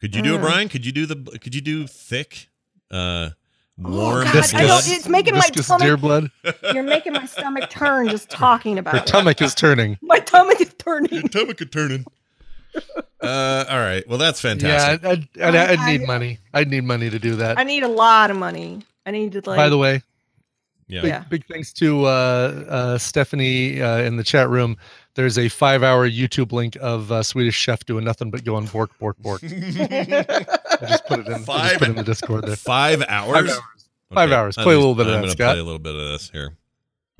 Could you do it,
Mm.
Brian? Could you do the? Could you do thick, uh, warm?
Oh, God, I don't- it's making my
Viscous
tummy-
deer blood.
you're making my stomach turn just talking about
Her
it.
stomach is turning.
My stomach is turning.
stomach is turning. Uh, all right. Well, that's
Yeah,
fantastic.
I'd, I'd, I'd,
I-
I'd need
I-
money. I'd need money to do that.
I need a lot of money. I need to like.
By the way,
Yeah.
big, big thanks to uh, uh, Stephanie uh, in the chat room. There's a five-hour YouTube link of uh, Swedish chef doing nothing but going bork bork bork. I just put it in. I just
Five-
put it in the Discord there.
Five hours.
hours. Five hours. Play a little bit of
I'm
that,
gonna
Scott.
Play a little bit of this here.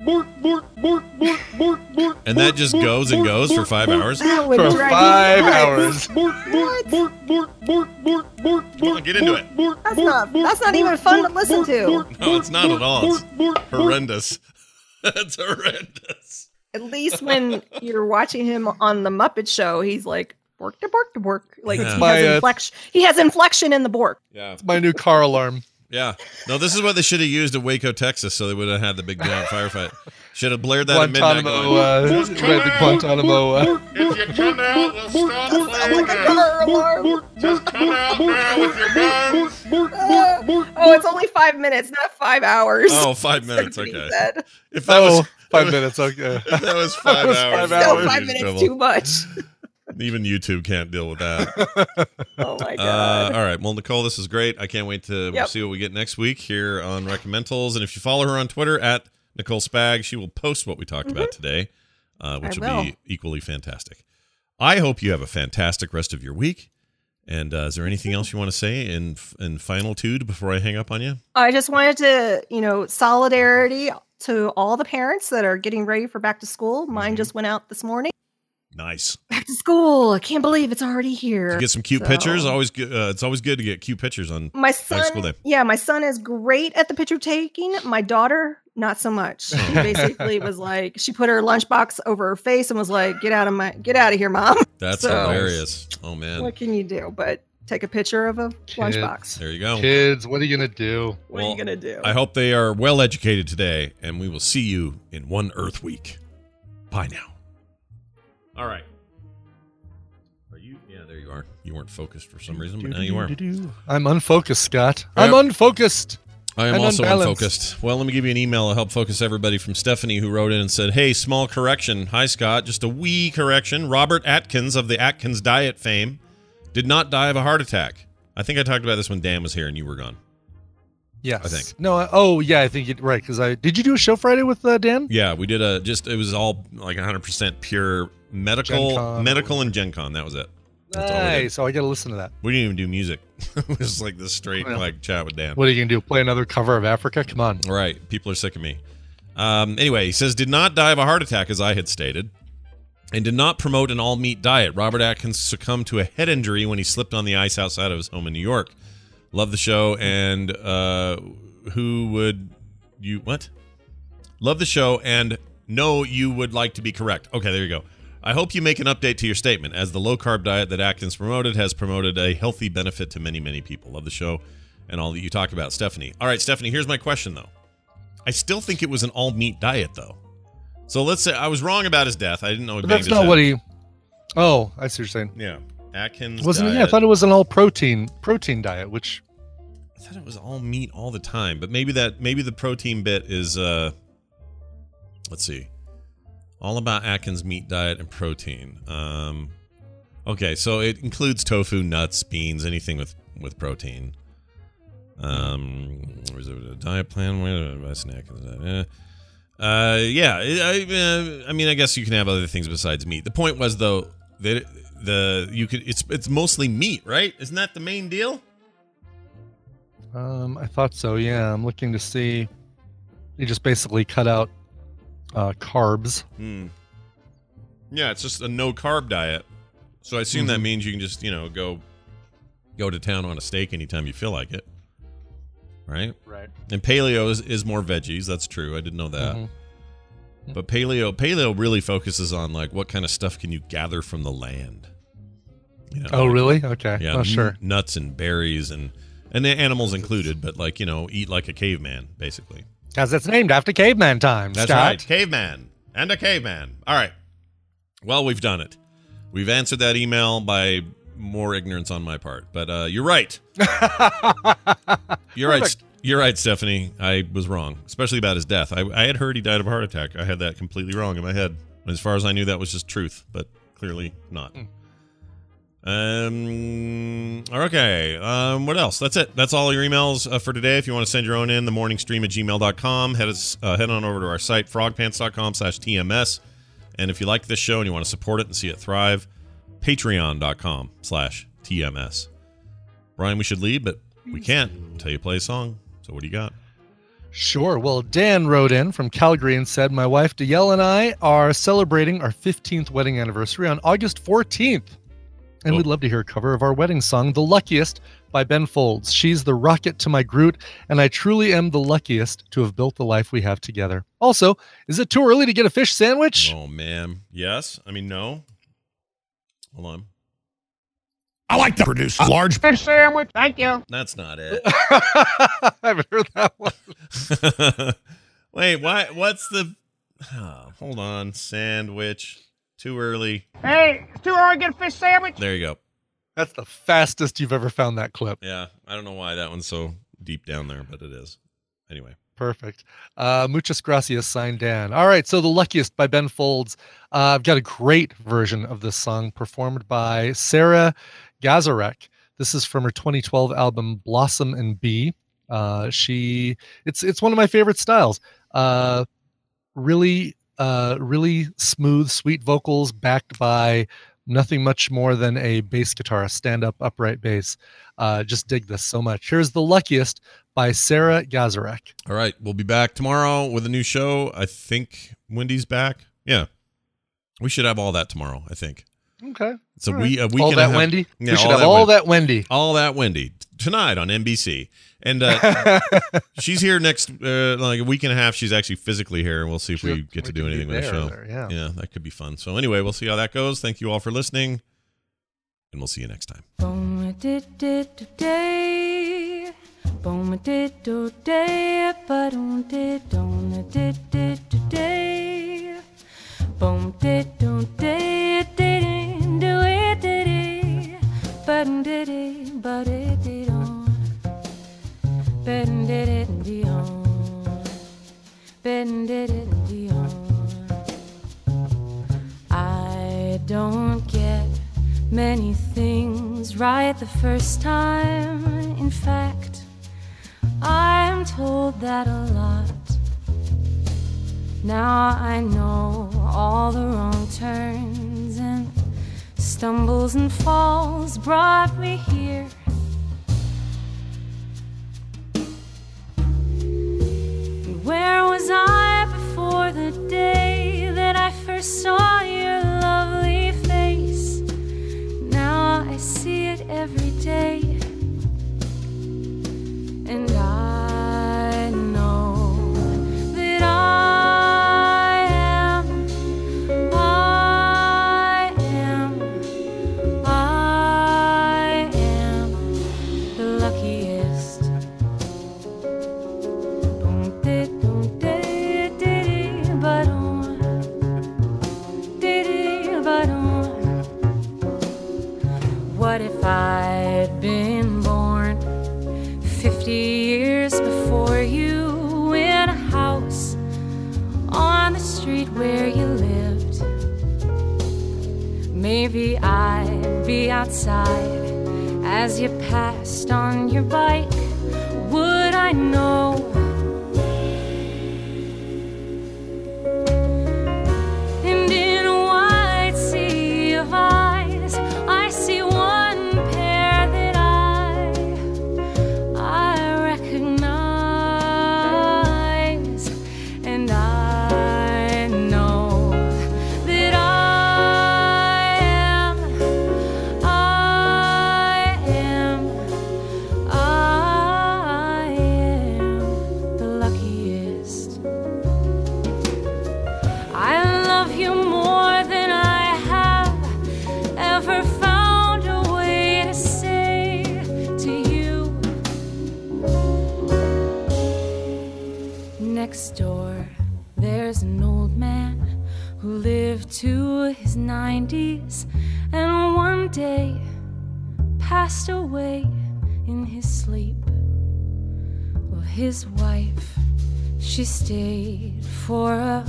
Bork, bork, bork, bork, bork, bork.
And that just goes and goes for five hours?
That
would
would
For
drive
five
me nuts.
hours.
Bork, bork, bork, bork, bork, bork, bork, bork.
get into it.
Bork,
That's
bork,
not-
bork,
that's not even
bork,
fun to
bork,
listen
bork,
to.
bork,
No, it's not
bork,
at all. It's
bork, bork, bork.
horrendous. That's horrendous.
at least when you're watching him on the Muppet Show, he's like bork to bork to bork. Like
Yeah.
he,
My,
has
uh,
inflection, he has inflection in the bork.
Yeah.
It's my new car alarm.
Yeah. No, this is what they should have used at Waco, Texas, so they would have had the big giant firefight. Should have blared that at midnight.
Guantanamo. Uh,
going,
we had the Guantanamo. Uh,
If you come out, we'll stop playing
like a
games.
car alarm.
Just come out now with your guns.
Uh, oh, it's only five minutes, not five hours.
Oh, five minutes.
That's what he
Okay.
said.
If that
oh,
was
five minutes. Okay.
if that was five
was
hours.
five
that
hours.
would
Still
be
five
in
minutes
trouble.
too much.
Even YouTube can't deal with that.
Oh my god.
Uh, all right. Well, Nicole, this is great. I can't wait to
Yep.
see what we get next week here on Recommendals. And if you follow her on Twitter at Nicole Spag, she will post what we talked about today, uh, which
Mm-hmm. I
will be
will.
equally fantastic. I hope you have a fantastic rest of your week. And uh, is there anything else you want to say in in final tude before I hang up on you?
I just wanted to, you know, solidarity to all the parents that are getting ready for back to school.
Mm-hmm.
Mine just went out this morning.
Nice.
Back to school. I can't believe it's already here.
To get some cute
So-
pictures. Always, good, uh, it's always good to get cute pictures on
My
on school
son,
day.
yeah, my son is great at the picture taking. My daughter, not so much. She basically was like, she put her lunchbox over her face and was like, "Get out of my, get out of here, mom."
That's
So,
hilarious. Oh man,
What can you do? But take a picture of a lunchbox.
there you go.
Kids, what are you gonna do?
What are you gonna do?
I hope they are well educated today, and we will see you in one Earth week. Bye now. All right. Are you? Yeah, there you are. You weren't focused for some reason, but now you are.
I'm unfocused, Scott. I'm
Yep.
unfocused.
I am
and
also
unbalanced.
unfocused. Well, let me give you an email to help focus everybody from Stephanie, who wrote in and said, Hey, small correction. Hi, Scott. Just a wee correction. Robert Atkins of the Atkins Diet fame did not die of a heart attack. I think I talked about this when Dan was here and you were gone.
Yes.
I think.
No. I, oh, yeah. I think you right because I did. You do a show Friday with uh, Dan?
Yeah, we did a just it was all like 100% pure medical
Gen Con.
medical and Gen Con. That was it. That's all we did.
nice. Oh, I gotta listen to that.
We didn't even do music. it was like this straight like chat with Dan.
What are you gonna do? Play another cover of Africa? Come on.
All right, people are sick of me. Um, anyway, he says did not die of a heart attack as I had stated. and did not promote an all meat diet. Robert Atkins succumbed to a head injury when he slipped on the ice outside of his home in New York. Love the show, and uh, who would you what? Love the show, and no, you would like to be correct. Okay, there you go. I hope you make an update to your statement, as the low carb diet that Atkins promoted has promoted a healthy benefit to many, many people. Love the show and all that you talk about, Stephanie. All right, Stephanie, here's my question though. I still think it was an all meat diet though. So let's say I was wrong about his death. I didn't know. he
But
banged
that's
his
not
head.
what he. Oh, I see what you're saying.
Yeah, Atkins.
Wasn't
diet.
it? Yeah, I thought it was an all protein protein diet, which
I thought it was all meat all the time, but maybe that maybe the protein bit is uh let's see. All about Atkins meat diet and protein. Um okay, so it includes tofu, nuts, beans, anything with with protein. Um was it a diet plan Wait, uh, snack uh, uh yeah, I I, uh, I mean I guess you can have other things besides meat. The point was though that the you could it's it's mostly meat, right? Isn't that the main deal?
um, I thought so. Yeah, I'm looking to see. He just basically cut out uh, carbs.
Hmm. Yeah, it's just a no carb diet. So I assume that
Mhm.
means you can just, you know, go go to town on a steak anytime you feel like it. Right?
Right.
And paleo is, is more veggies, that's true. I didn't know that.
Mhm.
But paleo paleo really focuses on like what kind of stuff can you gather from the land. You know,
Oh,
like-
really? Okay.
Yeah. Mm-hmm.
Oh,
n-
sure.
Nuts and berries and and the animals included, but like, you know, eat like a caveman, basically.
Because it's named after caveman time.
That's
Scott.
right. Caveman and a caveman. All right. Well, we've done it. We've answered that email by more ignorance on my part, but uh, you're right. you're right.
Perfect.
You're right, Stephanie. I was wrong, especially about his death. I, I had heard he died of a heart attack. I had that completely wrong in my head. As far as I knew, that was just truth, but clearly not. Um. Okay. Um. What else? That's it. That's all your emails uh, for today. If you want to send your own in, the morning stream at gmail.com. Head us uh, head on over to our site frogpants.com slash tms. And if you like this show and you want to support it and see it thrive, patreon.com slash tms. Brian, we should leave, but we can't until you play a song. So what do you got?
Sure. Well, Dan wrote in from Calgary and said, My wife Dayelle and I are celebrating our 15th wedding anniversary on August 14th. And we'd love to hear a cover of our wedding song, The Luckiest by Ben Folds. She's the rocket to my Groot, and I truly am the luckiest to have built the life we have together. Also, is it too early to get a fish sandwich?
Oh man. Yes. I mean no. Hold on.
I like to produce large fish sandwich. Thank you.
That's not it.
I haven't heard that one.
Wait, why what's the Ah, hold on, sandwich. Too early.
Hey, it's too early to get a fish sandwich.
There you go.
That's the fastest you've ever found that clip.
Yeah. I don't know why that one's so deep down there, but it is. Anyway.
Perfect. Uh, muchas gracias, signed Dan. All right, so The Luckiest by Ben Folds. Uh, I've got a great version of this song performed by Sarah Gazarek. This is from her 2012 album Blossom and Bee. Uh, she, it's it's one of my favorite styles. Uh, really, uh, really smooth, sweet vocals backed by nothing much more than a bass guitar, a stand-up upright bass. Uh, just dig this so much. Here's The Luckiest by Sarah Gazarek.
All right. We'll be back tomorrow with a new show. I think Wendy's back. Yeah. We should have all that tomorrow, I think.
Okay.
So
All
we
right.
a week
all
and
that
a half-
Wendy.
Yeah,
we should have all
Wendy.
that Wendy.
All that Wendy tonight on NBC, and uh, she's here next uh, like a week and a half. She's actually physically here, and we'll see if we get to do anything with the
there,
show.
there, yeah.
that could be fun. So anyway, we'll see how that goes. Thank you all for listening, and we'll see you next time.
Boom did did today. Boom did today. But on did on did did today. Boom did today. Didn't do it today. But on did it. But it did on. But on did it did on. But on did it did on. I don't get many things right the first time. In fact, I'm told that a lot. Now I know all the wrong turns and stumbles and falls brought me here. And Where was I before the day that I first saw your love way outside as you passed on your bike. Would I know? And in a wide sea of eyes, I see one pair that I I recognize, and I know that I am, I am, I am the luckiest. I love you more than I have ever found a way to say to you. Next door, there's an old man who lived to his 90s and one day passed away in his sleep. Well, his wife, she stayed for a,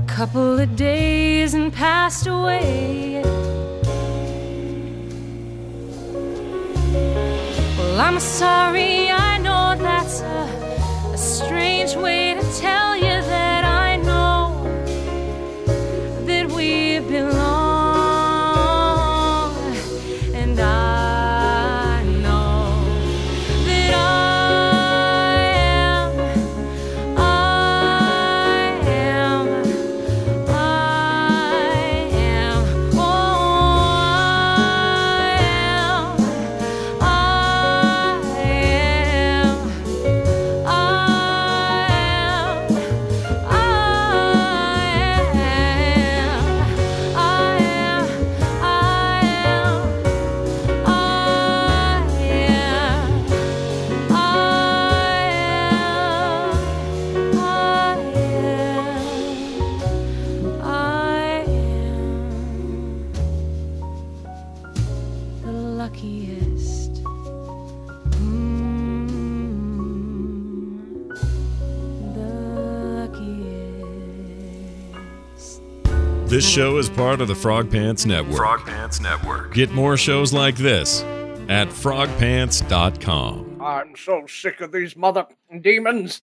a couple of days and passed away. Well, I'm sorry, I know that's a, a strange way to tell you that I know that we belong, and I know that I am, I am, I am, oh, I am. I am, I am, I am, I am, I am, I am, I am, I am the luckiest. Hmm, Mm, the luckiest.
This show is part of the Frog Pants Network.
Frog Pants Network.
Get more shows like this at frogpants.com.
I'm so sick of these mother demons.